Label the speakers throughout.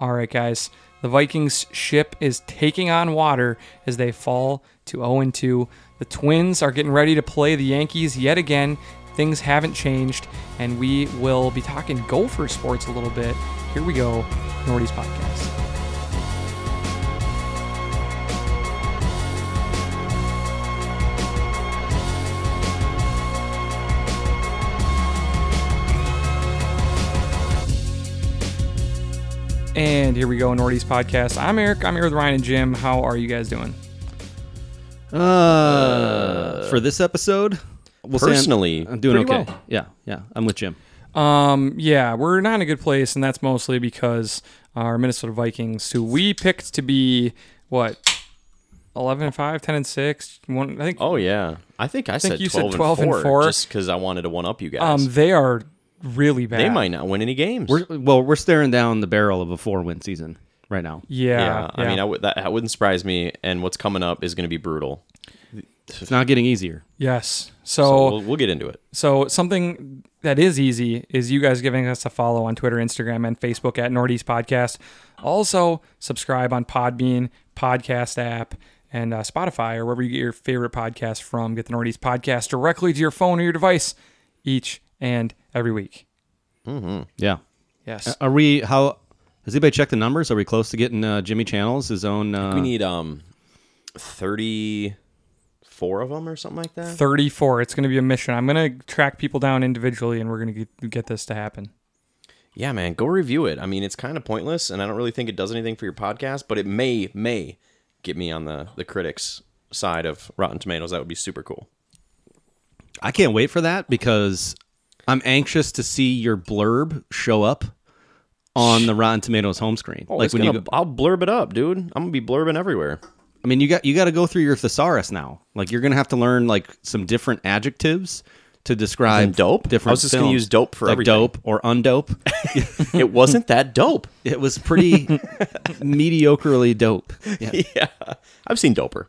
Speaker 1: All right, guys. The Vikings ship is taking on water as they fall to 0 2. The Twins are getting ready to play the Yankees yet again. Things haven't changed, and we will be talking Gopher sports a little bit. Here we go, Nordy's podcast. And here we go, Nordy's podcast. I'm Eric. I'm here with Ryan and Jim. How are you guys doing?
Speaker 2: Uh, for this episode, we'll say I'm-
Speaker 3: Personally,
Speaker 2: I'm, doing
Speaker 1: pretty
Speaker 2: okay.
Speaker 1: well.
Speaker 2: Yeah, yeah, I'm with Jim.
Speaker 1: Um, yeah, we're not in a good place, and that's mostly because our Minnesota Vikings, who we picked to be what 11 and 5, 10 and 6, one, I think
Speaker 3: Oh yeah, I think I,
Speaker 1: think
Speaker 3: said,
Speaker 1: you
Speaker 3: 12
Speaker 1: said 12 and
Speaker 3: and 4,
Speaker 1: four.
Speaker 3: just because I wanted to one up you guys.
Speaker 1: um they are really bad.
Speaker 3: they might not win any games.
Speaker 2: We're, well, we're staring down the barrel of a four-win season right now.
Speaker 1: Yeah, yeah.
Speaker 3: I mean, I would that, that wouldn't surprise me. And what's coming up is going to be brutal.
Speaker 2: It's not getting easier.
Speaker 1: yes.
Speaker 3: So
Speaker 1: So
Speaker 3: we'll, we'll get into it.
Speaker 1: So something that is easy is you guys giving us a follow on Twitter, Instagram, and Facebook at Northeast Podcast. Also subscribe on Podbean, podcast app, and uh, Spotify or wherever you get your favorite podcast from. Get the Northeast Podcast directly to your phone or your device each and every week.
Speaker 2: Yeah.
Speaker 1: Yes.
Speaker 2: Are we? How? Has anybody checked the numbers? Are we close to getting uh, Jimmy Channels his own? Uh,
Speaker 3: We need um, thirty-four of them or something like that.
Speaker 1: 34. It's going to be a mission. I'm going to track people down individually and we're going to get, get this to happen.
Speaker 3: Yeah, man, go review it. I mean, it's kind of pointless, and I don't really think it does anything for your podcast, but it may may get me on the the critics side of Rotten Tomatoes. That would be super cool.
Speaker 2: I can't wait for that because I'm anxious to see your blurb show up on the Rotten Tomatoes home screen.
Speaker 1: Oh,
Speaker 3: like when you, I'll blurb it up, dude. I'm gonna be blurbing everywhere.
Speaker 2: I mean, you got you got to go through your thesaurus now. Like you're gonna have to learn like some different adjectives to describe
Speaker 3: Then dope?
Speaker 2: Different.
Speaker 3: I was just gonna
Speaker 2: films.
Speaker 3: use dope for
Speaker 2: like
Speaker 3: everything.
Speaker 2: dope or undope.
Speaker 3: it wasn't that dope.
Speaker 2: it was pretty mediocrely dope. Yeah.
Speaker 3: Yeah, I've seen doper.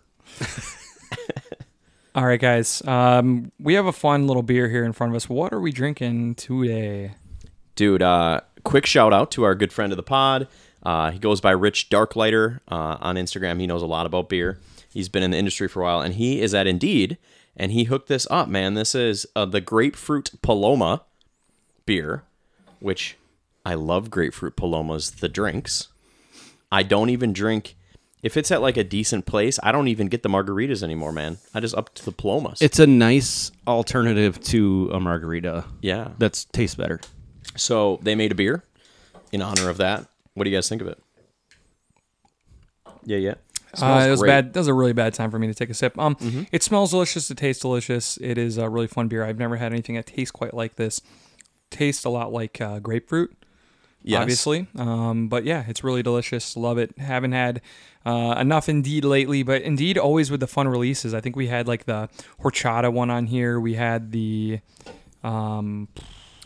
Speaker 1: All right, guys. Um, we have a fun little beer here in front of us. What are we drinking today?
Speaker 3: dude uh quick shout out to our good friend of the pod uh he goes by rich darklighter uh on instagram he knows a lot about beer he's been in the industry for a while and he is at indeed and he hooked this up man this is uh, the grapefruit paloma beer which i love grapefruit palomas the drinks i don't even drink if it's at like a decent place i don't even get the margaritas anymore man i just up to the palomas
Speaker 2: It's a nice alternative to a margarita.
Speaker 3: yeah
Speaker 2: That's tastes better.
Speaker 3: so they made a beer in honor of that what do you guys think of it yeah yeah
Speaker 1: Uh,
Speaker 3: Smells
Speaker 1: it was
Speaker 3: great. Mm-hmm.
Speaker 1: bad. That was a really bad time for me to take a sip. Um, it smells delicious. It tastes delicious. It is a really fun beer. I've never had anything that tastes quite like this. Tastes a lot like uh, grapefruit,
Speaker 3: Yes.
Speaker 1: obviously. Um, but yeah, it's really delicious. Love it. Haven't had uh, enough Indeed lately, but Indeed always with the fun releases. I think we had like the horchata one on here. We had the um,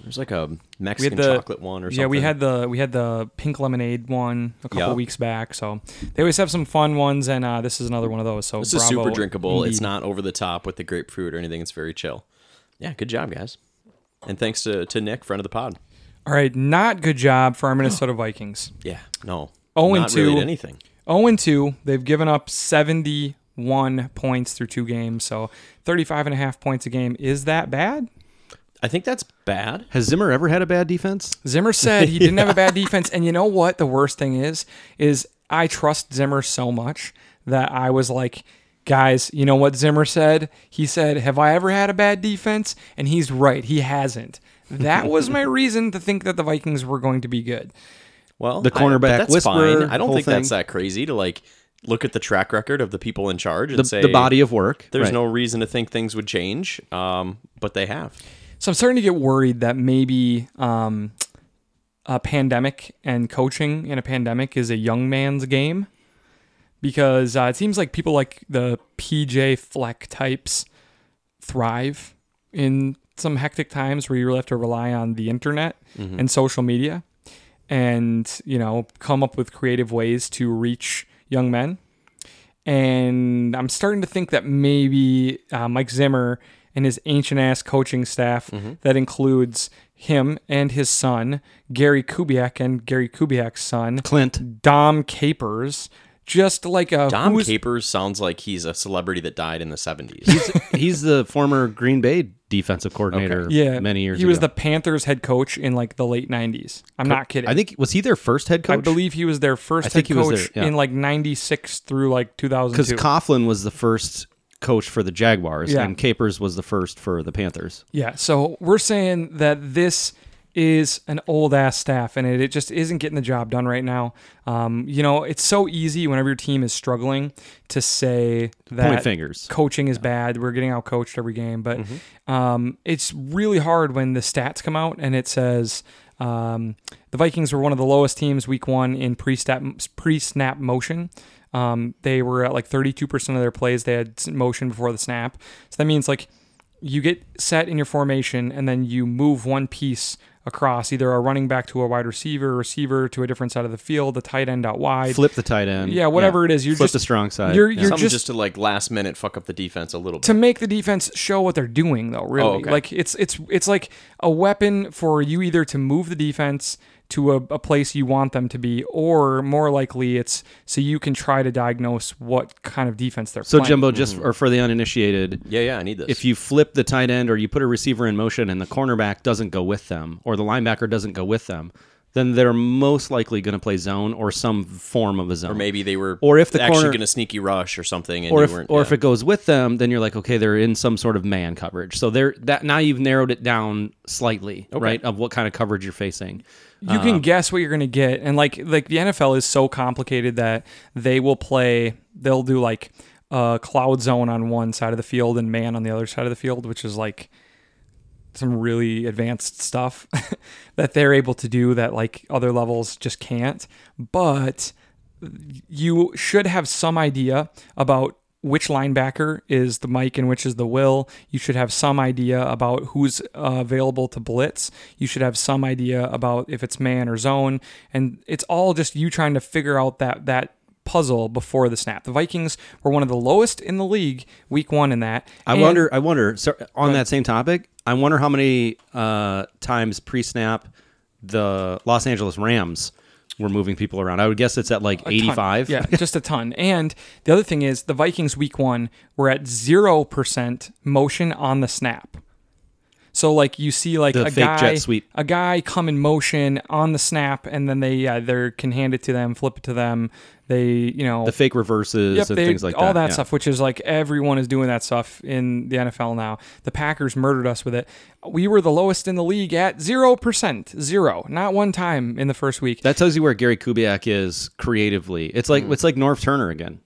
Speaker 3: There's like a
Speaker 1: we had
Speaker 3: Mexican
Speaker 1: the
Speaker 3: chocolate one or something.
Speaker 1: Yeah, we had the we had the pink lemonade one a couple
Speaker 3: Yup.
Speaker 1: weeks back. So they always have some fun ones, and uh, this is another one of those. So
Speaker 3: This is
Speaker 1: bravo,
Speaker 3: super drinkable. It's
Speaker 1: indeed.
Speaker 3: not over the top with the grapefruit or anything. It's very chill. Yeah, good job, guys. And thanks to, to Nick, friend of the pod.
Speaker 1: All right, not good job for our Minnesota Vikings.
Speaker 3: Yeah, no.
Speaker 1: Oh, and
Speaker 3: not really
Speaker 1: two.
Speaker 3: to anything.
Speaker 1: 0 and 2. They've given up 71 points through two games. So 35 and a half points a game. Is that bad?
Speaker 3: I think that's bad.
Speaker 2: Has Zimmer ever had a bad defense?
Speaker 1: Zimmer said he didn't have a bad defense, and you know what? The worst thing is, is I trust Zimmer so much that I was like, guys, you know what Zimmer said? He said, "Have I ever had a bad defense?" And he's right. He hasn't. That was my reason to think that the Vikings were going to be good.
Speaker 3: Well,
Speaker 2: The
Speaker 3: I- but
Speaker 2: cornerback
Speaker 3: that's
Speaker 2: whisperer,
Speaker 3: fine. I don't
Speaker 2: whole
Speaker 3: think that's
Speaker 2: thing.
Speaker 3: that crazy to like look at the track record of the people in charge and
Speaker 2: The,
Speaker 3: say
Speaker 2: the body of work.
Speaker 3: There's
Speaker 2: Right.
Speaker 3: no reason to think things would change, um, but they have.
Speaker 1: So I'm starting to get worried that maybe um, a pandemic and coaching in a pandemic is a young man's game because uh, it seems like people like the PJ Fleck types thrive in some hectic times where you really have to rely on the internet and social media and, you know, come up with creative ways to reach young men and I'm starting to think that maybe uh, Mike Zimmer and his ancient ass coaching staff that includes him and his son, Gary Kubiak and Gary Kubiak's son,
Speaker 2: Clint.
Speaker 1: Dom Capers, just like a
Speaker 3: Dom
Speaker 1: who's-
Speaker 3: Capers sounds like he's a celebrity that died in the 70s.
Speaker 2: He's the former Green Bay defensive coordinator
Speaker 1: yeah,
Speaker 2: many years
Speaker 1: He
Speaker 2: ago.
Speaker 1: was the Panthers head coach in like the late '90s. I'm not kidding.
Speaker 2: I think was he their first head coach?
Speaker 1: I believe he was their first head
Speaker 2: think he was
Speaker 1: coach
Speaker 2: their- yeah.
Speaker 1: in like 96 through like
Speaker 2: because
Speaker 1: 2002.
Speaker 2: Coughlin was the first coach for the Jaguars,
Speaker 1: Yeah.
Speaker 2: and Capers was the first for the Panthers.
Speaker 1: yeah. So we're saying that this is an old ass staff and it, it just isn't getting the job done right now. Um, you know, it's so easy whenever your team is struggling to say that
Speaker 2: Point fingers.
Speaker 1: coaching is bad. We're getting out coached every game, but
Speaker 2: Mm-hmm.
Speaker 1: um, it's really hard when the stats come out and it says um, the Vikings were one of the lowest teams week one in pre-snap pre-snap motion. Um, they were at like 32% of their plays they had s- motion before the snap. So that means like you get set in your formation and then you move one piece across either a running back to a wide receiver, receiver to a different side of the field, the tight end out wide.
Speaker 2: Flip the tight end.
Speaker 1: Yeah, whatever it is, you're
Speaker 2: flip
Speaker 1: just-
Speaker 2: the strong side.
Speaker 1: You're,
Speaker 2: Yeah.
Speaker 1: you're
Speaker 3: Something just,
Speaker 1: just
Speaker 3: to like last minute fuck up the defense a little bit.
Speaker 1: to make the defense show what they're doing though really
Speaker 3: Oh, okay.
Speaker 1: like it's it's it's like a weapon for you either to move the defense to a, a place you want them to be or more likely it's so you can try to diagnose what kind of defense they're
Speaker 2: so
Speaker 1: playing.
Speaker 2: Jumbo, just or for the uninitiated,
Speaker 3: yeah, yeah, I need this.
Speaker 2: if you flip the tight end or you put a receiver in motion and the cornerback doesn't go with them or the linebacker doesn't go with them, then they're most likely going to play zone or some form of a zone.
Speaker 3: or maybe they were
Speaker 2: Or if the
Speaker 3: actually
Speaker 2: corner-
Speaker 3: going to sneaky rush or something and
Speaker 2: or
Speaker 3: you
Speaker 2: if,
Speaker 3: weren't
Speaker 2: or
Speaker 3: yeah.
Speaker 2: if it goes with them, then you're like, okay, they're in some sort of man coverage. So they're that now you've narrowed it down slightly, right, of what kind of coverage you're facing.
Speaker 1: you
Speaker 3: Uh-huh.
Speaker 1: can guess what you're going to get and like like the NFL is so complicated that they will play they'll do like a cloud zone on one side of the field and man on the other side of the field which is like some really advanced stuff that they're able to do that like other levels just can't but you should have some idea about which linebacker is the Mike and which is the Will. You should have some idea about who's uh, available to blitz. You should have some idea about if it's man or zone, and it's all just you trying to figure out that that puzzle before the snap. The Vikings were one of the lowest in the league week one in that.
Speaker 2: I
Speaker 1: And-
Speaker 2: wonder. I wonder. So on that same topic, I wonder how many uh, times pre-snap the Los Angeles Rams were moving people around. I would guess it's at like
Speaker 1: ton.
Speaker 2: 85.
Speaker 1: Yeah, just a ton. And the other thing is the Vikings week one were at zero percent motion on the snap. So like you see like
Speaker 2: The
Speaker 1: a
Speaker 2: fake
Speaker 1: guy
Speaker 2: jet sweep.
Speaker 1: a guy come in motion on the snap and then they either can hand it to them, flip it to them. They you know
Speaker 2: The fake reverses
Speaker 1: Yep,
Speaker 2: and
Speaker 1: they-
Speaker 2: things like
Speaker 1: all that
Speaker 2: yeah.
Speaker 1: stuff, which is like everyone is doing that stuff in the NFL now. The Packers murdered us with it. We were the lowest in the league at zero percent, zero, not one time in the first week.
Speaker 2: That tells you where Gary Kubiak is creatively. It's like
Speaker 1: Mm.
Speaker 2: it's like Norv Turner again.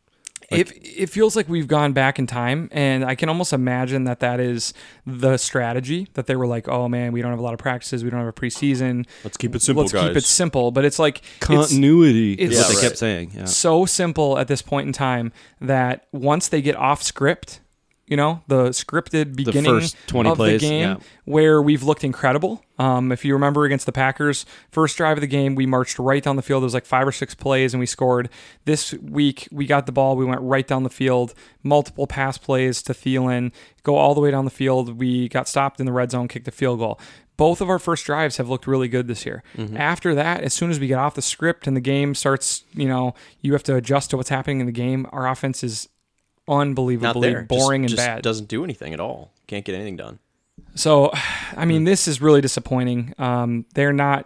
Speaker 1: it, it feels like we've gone back in time and i can almost imagine that that is the strategy that they were like oh man we don't have a lot of practices we don't have a preseason
Speaker 3: Let's keep it simple,
Speaker 1: let's keep
Speaker 3: guys."
Speaker 1: it simple but it's like it's-
Speaker 2: Continuity
Speaker 1: it's-
Speaker 2: is what they
Speaker 3: Yeah,
Speaker 2: kept
Speaker 3: right.
Speaker 2: saying. Yeah.
Speaker 1: so simple at this point in time that once they get off script, you know, the scripted beginning
Speaker 2: first 20
Speaker 1: of
Speaker 2: plays,
Speaker 1: the game
Speaker 2: yeah.
Speaker 1: where we've looked incredible. Um, if you remember against the Packers, first drive of the game, we marched right down the field. There was like five or six plays and we scored. This week, we got the ball. We went right down the field, multiple pass plays to Thielen, go all the way down the field. We got stopped in the red zone, kicked a field goal both of our first drives have looked really good this year. After that, as soon as we get off the script and the game starts, you know, you have to adjust to what's happening in the game. Our offense is
Speaker 3: not
Speaker 1: unbelievably
Speaker 3: there. Just-
Speaker 1: boring and
Speaker 3: just
Speaker 1: bad.
Speaker 3: Doesn't do anything at all. Can't get anything done.
Speaker 1: So, I mean,
Speaker 2: Mm.
Speaker 1: this is really disappointing. Um, they're not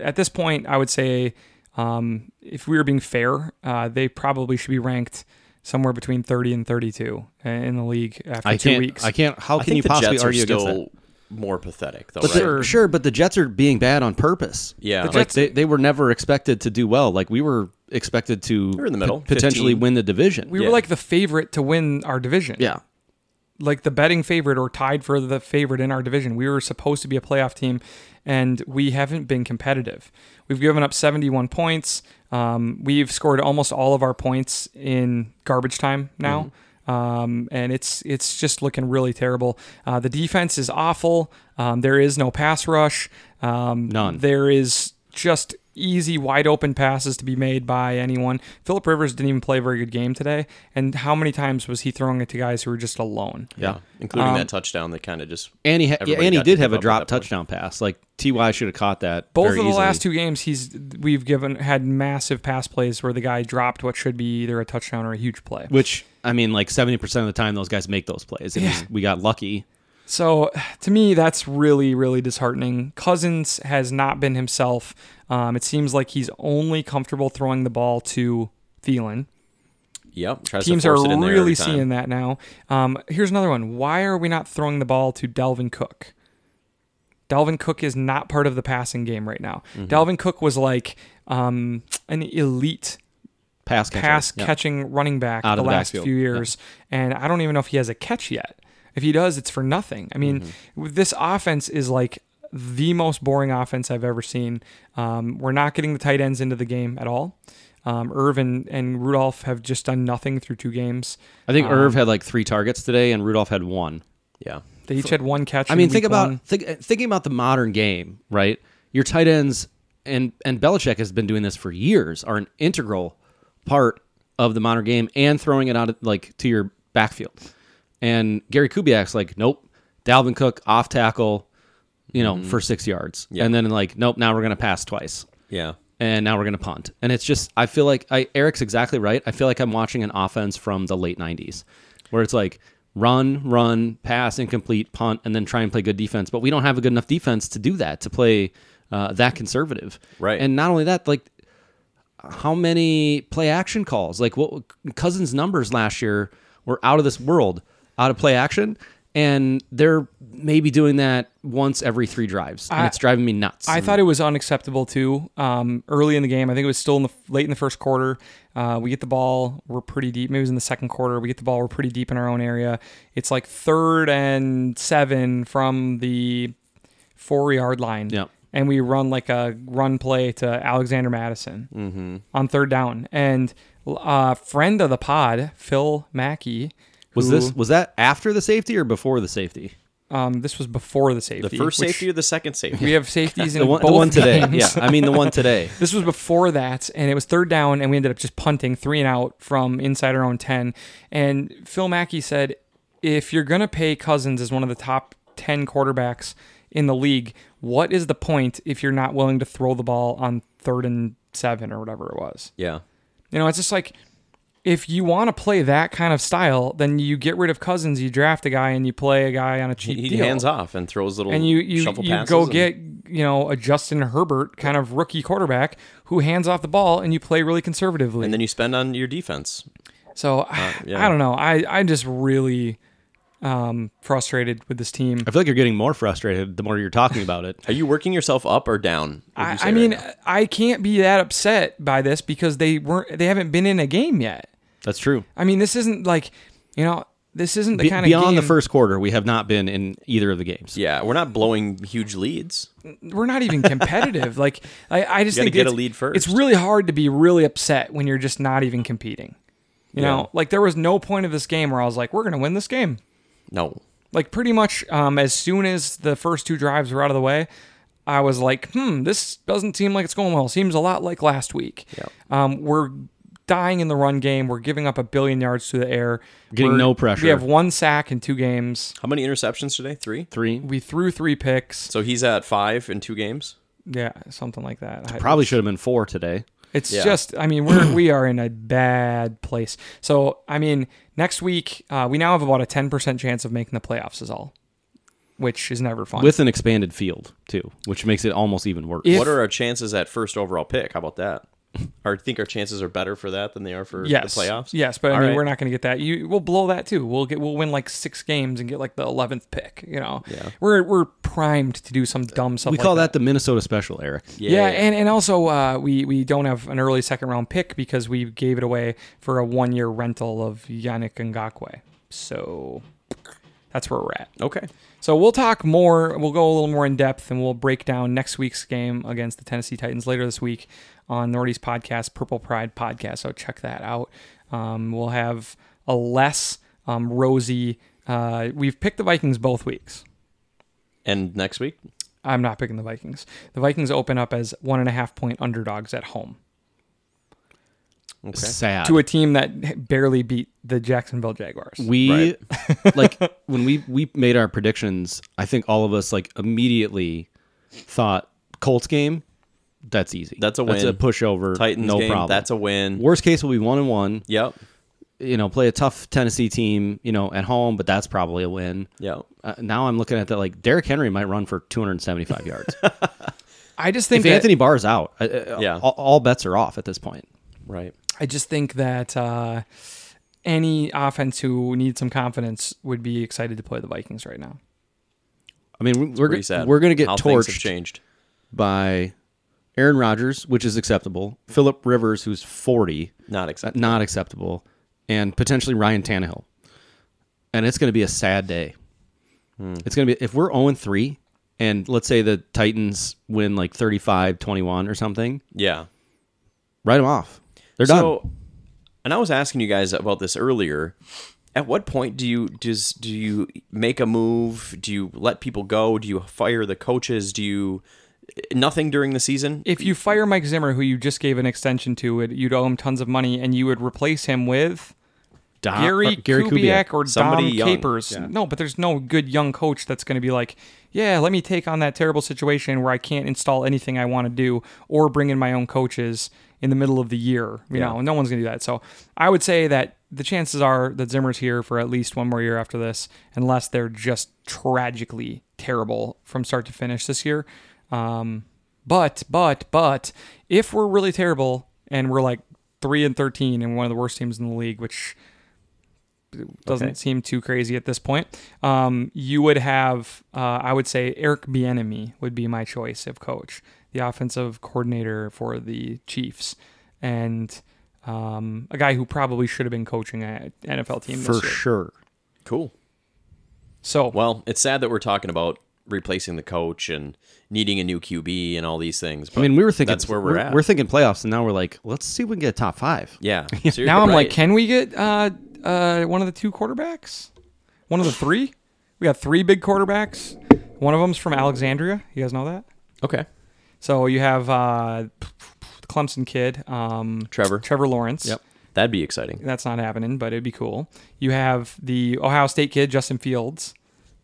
Speaker 1: at this point. I would say, um, if we were being fair, uh, they probably should be ranked somewhere between 30 and 32 in the league after
Speaker 2: I
Speaker 1: 2
Speaker 2: can't.
Speaker 1: weeks.
Speaker 2: I can't. How
Speaker 3: I
Speaker 2: can
Speaker 3: think
Speaker 2: you
Speaker 3: the
Speaker 2: possibly
Speaker 3: Jets are
Speaker 2: argue against that?
Speaker 3: still more pathetic though,
Speaker 2: But
Speaker 3: right?
Speaker 2: sure.
Speaker 1: Sure.
Speaker 2: sure, but the Jets are being bad on purpose.
Speaker 3: Yeah. The
Speaker 2: like
Speaker 1: Jets-
Speaker 2: they, they were never expected to do well. Like we were expected to
Speaker 3: were in the middle,
Speaker 2: potentially
Speaker 3: 15.
Speaker 2: win the division.
Speaker 1: we
Speaker 3: Yeah.
Speaker 1: were like the favorite to win our division.
Speaker 2: yeah,
Speaker 1: like the betting favorite or tied for the favorite in our division. We were supposed to be a playoff team, and we haven't been competitive. We've given up 71 points. Um, we've scored almost all of our points in garbage time now. Um, and it's it's just looking really terrible. Uh, the defense is awful. Um, there is no pass rush. Um,
Speaker 2: None.
Speaker 1: There is just easy, wide open passes to be made by anyone. Philip Rivers didn't even play a very good game today, and how many times was he throwing it to guys who were just alone?
Speaker 2: Yeah.
Speaker 3: including that touchdown that kind of just
Speaker 2: um, And he, ha- yeah,
Speaker 3: Everybody
Speaker 2: and he
Speaker 3: got to
Speaker 2: did have
Speaker 3: give
Speaker 2: a
Speaker 3: up at
Speaker 2: drop
Speaker 3: that point.
Speaker 2: touchdown pass. Like Ty should have caught that.
Speaker 1: Both
Speaker 2: very
Speaker 1: of the
Speaker 2: easily.
Speaker 1: last two games, he's we've given had massive pass plays where the guy dropped what should be either a touchdown or a huge play.
Speaker 2: which I mean, like seventy percent of the time, those guys make those plays. It was- we got lucky.
Speaker 1: So to me, that's really, really disheartening. Cousins has not been himself. Um, it seems like he's only comfortable throwing the ball to Thielen.
Speaker 3: yep. Tries
Speaker 1: Teams
Speaker 3: to
Speaker 1: are
Speaker 3: force it in there
Speaker 1: really
Speaker 3: every time.
Speaker 1: seeing that now. Um, here's another one. Why are we not throwing the ball to Delvin Cook? Delvin Cook is not part of the passing game right now.
Speaker 3: Mm-hmm.
Speaker 1: Delvin Cook was like um, an elite
Speaker 2: Pass catcher.
Speaker 1: pass
Speaker 2: Yeah.
Speaker 1: catching running back
Speaker 2: Out
Speaker 1: the
Speaker 2: of the
Speaker 1: last
Speaker 2: backfield,
Speaker 1: few
Speaker 2: yeah.
Speaker 1: years, and I don't even know if he has a catch yet. If he does, it's for nothing. I mean,
Speaker 2: Mm-hmm.
Speaker 1: with this offense is like the most boring offense I've ever seen. Um, we're not getting the tight ends into the game at all. Um, Irv and, and Rudolph have just done nothing through two games.
Speaker 2: I think Irv had like three targets today, and Rudolph had one.
Speaker 3: Yeah.
Speaker 1: They each had one catch.
Speaker 2: I
Speaker 1: in
Speaker 2: mean, think
Speaker 1: week
Speaker 2: about
Speaker 1: one.
Speaker 2: think, uh, thinking about the modern game, right? Your tight ends and and Belichick has been doing this for years. Are an integral part of the modern game and throwing it out of, like to your backfield. And Gary Kubiak's like, nope, Dalvin Cook off tackle, you know, for six yards, and then like, nope, now we're gonna pass twice.
Speaker 3: Yeah.
Speaker 2: and now we're going to punt. And it's just, I feel like I Eric's exactly right. I feel like I'm watching an offense from the late '90s, where it's like run, run, pass, incomplete, punt, and then try and play good defense. But we don't have a good enough defense to do that to play uh, that conservative.
Speaker 3: Right.
Speaker 2: And not only that, like how many play action calls? Like what Cousins' numbers last year were out of this world, out of play action. And they're maybe doing that once every three drives, and it's driving me nuts.
Speaker 1: I thought it was unacceptable too. Um, early in the game, I think it was still in the late in the first quarter. Uh, we get the ball, we're pretty deep. Maybe it was in the second quarter. We get the ball, we're pretty deep in our own area. It's like third and seven from the four yard line.
Speaker 2: Yep.
Speaker 1: And we run like a run play to Alexander Madison
Speaker 2: Mm-hmm.
Speaker 1: on third down. And uh, friend of the pod, Phil Mackey.
Speaker 2: Was
Speaker 1: who-
Speaker 2: this was that after the safety or before the safety?
Speaker 1: Um, this was before the
Speaker 3: The
Speaker 1: safety.
Speaker 3: first
Speaker 1: which-
Speaker 3: safety or the second safety?
Speaker 1: We have safeties in
Speaker 2: The one,
Speaker 1: both
Speaker 2: the one today.
Speaker 1: games.
Speaker 2: Yeah, I mean the one today.
Speaker 1: This was before that, and it was third down, and we ended up just punting three and out from inside our own 10. And Phil Mackey said, if you're going to pay Cousins as one of the top 10 quarterbacks in the league, what is the point if you're not willing to throw the ball on third and seven or whatever it was?
Speaker 3: Yeah.
Speaker 1: You know, it's just like if you want to play that kind of style, then you get rid of Cousins, you draft a guy, and you play a guy on a cheap
Speaker 3: He, he
Speaker 1: deal
Speaker 3: hands off and throws little
Speaker 1: and you you,
Speaker 3: shuffle
Speaker 1: you
Speaker 3: passes
Speaker 1: go
Speaker 3: and-
Speaker 1: get you know a Justin Herbert kind of rookie quarterback who hands off the ball and you play really conservatively.
Speaker 3: and then you spend on your defense.
Speaker 1: so
Speaker 3: yeah.
Speaker 1: I don't know. I I'm just really um, frustrated with this team.
Speaker 2: I feel like you're getting more frustrated the more you're talking about it.
Speaker 3: Are you working yourself up or down? would you
Speaker 1: I,
Speaker 3: say
Speaker 1: I
Speaker 3: right
Speaker 1: mean,
Speaker 3: now?
Speaker 1: I can't be that upset by this because they weren't they haven't been in a game yet.
Speaker 2: That's true.
Speaker 1: I mean, this isn't like you know this isn't the
Speaker 2: Be-
Speaker 1: kind of
Speaker 2: beyond the
Speaker 1: game-
Speaker 2: first quarter, we have not been in either of the games.
Speaker 3: yeah, we're not blowing huge leads.
Speaker 1: we're not even competitive. like I, I just
Speaker 3: You gotta
Speaker 1: think
Speaker 3: get a
Speaker 1: it's-
Speaker 3: lead first.
Speaker 1: It's really hard to be really upset when you're just not even competing. You
Speaker 3: Yeah.
Speaker 1: know, like there was no point of this game where I was like, "We're gonna win this game."
Speaker 3: No.
Speaker 1: Like pretty much um, as soon as the first two drives were out of the way, I was like, "Hmm, this doesn't seem like it's going well. Seems a lot like last week."
Speaker 3: Yeah.
Speaker 1: Um, we're dying in the run game. We're giving up a billion yards through the air.
Speaker 2: Getting
Speaker 1: We're-
Speaker 2: no pressure.
Speaker 1: We have one sack in two games.
Speaker 3: How many interceptions today? Three.
Speaker 2: Three.
Speaker 1: We threw three picks.
Speaker 3: So he's at five in two games.
Speaker 1: Yeah, something like that. I-
Speaker 2: Probably should have been four today.
Speaker 1: It's
Speaker 3: Yeah.
Speaker 1: just, I mean, we're we are in a bad place. So, I mean, next week uh, we now have about a ten percent chance of making the playoffs. Is all, which is never fun.
Speaker 2: With an expanded field too, which makes it almost even worse.
Speaker 1: If-
Speaker 3: what are our chances at first overall pick? How about that? Our- I think our chances are better for that than they are for
Speaker 1: yes,
Speaker 3: the playoffs.
Speaker 1: yes, but I
Speaker 3: All
Speaker 1: mean,
Speaker 3: right.
Speaker 1: we're not going to get that. You, we'll blow that too. We'll get, we'll win like six games and get like the eleventh pick. You know, yeah. we're we're primed to do some dumb stuff.
Speaker 2: we
Speaker 1: like
Speaker 2: call
Speaker 1: that.
Speaker 2: that the Minnesota special, Eric.
Speaker 1: Yeah, and and also uh, we we don't have an early second round pick because we gave it away for a one year rental of Yannick Ngakwe. So that's where we're at.
Speaker 3: okay.
Speaker 1: So we'll talk more. We'll go a little more in depth, and we'll break down next week's game against the Tennessee Titans later this week on Nordy's podcast, Purple Pride podcast. So check that out. Um, we'll have a less um, rosy. Uh, we've picked the Vikings both weeks.
Speaker 3: And next week,
Speaker 1: I'm not picking the Vikings. The Vikings open up as one and a half point underdogs at home
Speaker 3: Okay.
Speaker 2: Sad.
Speaker 1: to a team that barely beat the Jacksonville Jaguars.
Speaker 2: we like when we we made our predictions. I think all of us like immediately thought Colts game. That's easy.
Speaker 3: That's a
Speaker 2: That's a
Speaker 3: win.
Speaker 2: pushover.
Speaker 3: Titans
Speaker 2: no
Speaker 3: game,
Speaker 2: problem.
Speaker 3: That's a win.
Speaker 2: worst case will be one and one.
Speaker 3: Yep.
Speaker 2: You know, play a tough Tennessee team. You know, at home, but that's probably a win.
Speaker 3: Yep.
Speaker 2: Uh, now I'm looking at that like Derrick Henry might run for 275 yards.
Speaker 1: I just think
Speaker 2: if
Speaker 1: that,
Speaker 2: Anthony Barr's out, uh, uh,
Speaker 3: Yeah.
Speaker 2: all, all bets are off at this point.
Speaker 3: Right.
Speaker 1: I just think that uh, any offense who needs some confidence would be excited to play the Vikings right now.
Speaker 2: I mean, we're
Speaker 3: Pretty
Speaker 2: go-
Speaker 3: sad.
Speaker 2: we're going to get
Speaker 3: How things have
Speaker 2: torched
Speaker 3: changed.
Speaker 2: by Aaron Rodgers, which is acceptable. Philip Rivers, who's 40,
Speaker 3: Not
Speaker 2: uh,
Speaker 3: acceptable.
Speaker 2: not acceptable, and potentially Ryan Tannehill. And it's going to be a sad day. It's going to be if we're 0 3 and let's say the Titans win like 35-21 or something,
Speaker 3: Yeah.
Speaker 2: write them off. They're done.
Speaker 3: So, and I was asking you guys about this earlier. At what point do you does do you make a move? Do you let people go? Do you fire the coaches? Do you nothing during the season?
Speaker 1: If you fire Mike Zimmer, who you just gave an extension to, it you'd owe him tons of money, and you would replace him with
Speaker 2: Dom-
Speaker 1: Gary,
Speaker 2: or Gary
Speaker 1: Kubiak, or
Speaker 3: Somebody
Speaker 1: Dom
Speaker 3: young.
Speaker 1: Capers. No, but there's no good young coach that's going to be like, yeah, let me take on that terrible situation where I can't install anything I want to do or bring in my own coaches in the middle of the year. You know, no one's going to do that. So I would say that the chances are that Zimmer's here for at least one more year after this, unless they're just tragically terrible from start to finish this year. Um, but, but, but, if we're really terrible and we're like three and thirteen and one of the worst teams in the league, which doesn't seem too crazy at this point. Um, you would have, uh, I would say, Eric Bieniemy would be my choice of coach, the offensive coordinator for the Chiefs, and um, a guy who probably should have been coaching an NFL team
Speaker 2: for
Speaker 1: this year.
Speaker 2: sure.
Speaker 3: Cool.
Speaker 1: So
Speaker 3: Well, it's sad that we're talking about replacing the coach and needing a new QB and all these things. But
Speaker 2: I mean, we were thinking
Speaker 3: that's where we're,
Speaker 2: we're
Speaker 3: at.
Speaker 2: We're thinking playoffs, and now we're like, let's see if we can get a top five.
Speaker 3: yeah. seriously,
Speaker 1: now I'm like,
Speaker 3: right.
Speaker 1: can we get uh, uh, one of the two quarterbacks? One of the three? We got three big quarterbacks. One of them's from Alexandria. You guys know that?
Speaker 3: okay,
Speaker 1: So you have uh, the Clemson kid, um,
Speaker 3: Trevor.
Speaker 1: Trevor Lawrence.
Speaker 2: Yep.
Speaker 3: That'd be exciting.
Speaker 1: That's not happening, but it'd be cool. You have the Ohio State kid, Justin Fields,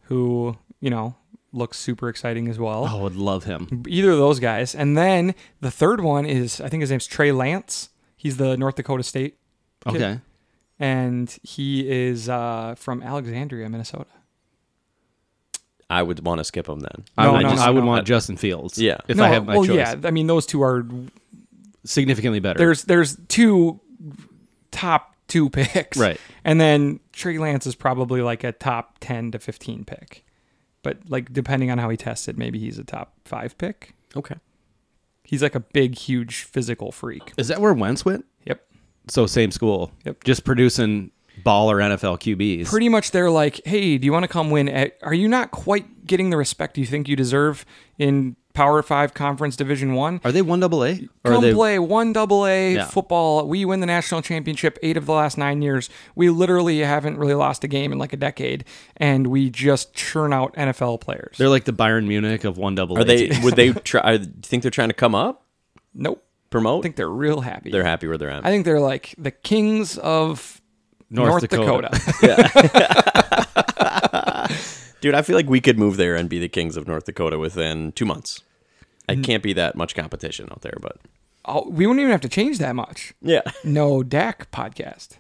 Speaker 1: who, you know, looks super exciting as well.
Speaker 2: Oh, I would love him.
Speaker 1: Either of those guys. And then the third one is, I think his name's Trey Lance. He's the North Dakota State. kid.
Speaker 2: Okay,
Speaker 1: And he is uh, from Alexandria, Minnesota.
Speaker 3: I would want to skip him then.
Speaker 2: I
Speaker 1: No,
Speaker 2: would,
Speaker 1: no,
Speaker 2: just-
Speaker 1: no,
Speaker 2: I would
Speaker 1: no.
Speaker 2: want Justin Fields.
Speaker 3: Yeah.
Speaker 2: if
Speaker 1: no,
Speaker 2: I have my
Speaker 1: well,
Speaker 2: choice,
Speaker 1: yeah. I mean, those two are
Speaker 2: significantly better.
Speaker 1: there's there's two top two picks.
Speaker 2: Right.
Speaker 1: And then Trey Lance is probably like a top ten to fifteen pick. But like depending on how he tested, maybe he's a top five pick.
Speaker 3: Okay.
Speaker 1: He's like a big, huge physical freak.
Speaker 2: Is that where Wentz went?
Speaker 1: Yep.
Speaker 2: So same school.
Speaker 1: Yep.
Speaker 2: Just producing baller NFL QBs.
Speaker 1: Pretty much they're like, Hey, do you want to come win at are you not quite getting the respect you think you deserve in Power Five Conference Division One?
Speaker 2: are they one double A? Or are
Speaker 1: Come
Speaker 2: they?
Speaker 1: play one double A
Speaker 2: Yeah.
Speaker 1: football. We win the national championship eight of the last nine years. We literally haven't really lost a game in like a decade, and we just churn out NFL players.
Speaker 2: They're like the Bayern Munich of one double A.
Speaker 3: Are they? would they try? I think they're trying to come up,
Speaker 1: nope.
Speaker 3: promote.
Speaker 1: I think they're real happy.
Speaker 3: they're happy where they're at.
Speaker 1: I think they're like the kings of North, Dakota.
Speaker 3: Dude, I feel like we could move there and be the kings of North Dakota within two months.
Speaker 1: Mm-hmm.
Speaker 3: I can't be that much competition out there, but
Speaker 1: oh, we wouldn't even have to change that much.
Speaker 3: yeah,
Speaker 1: No Dak podcast.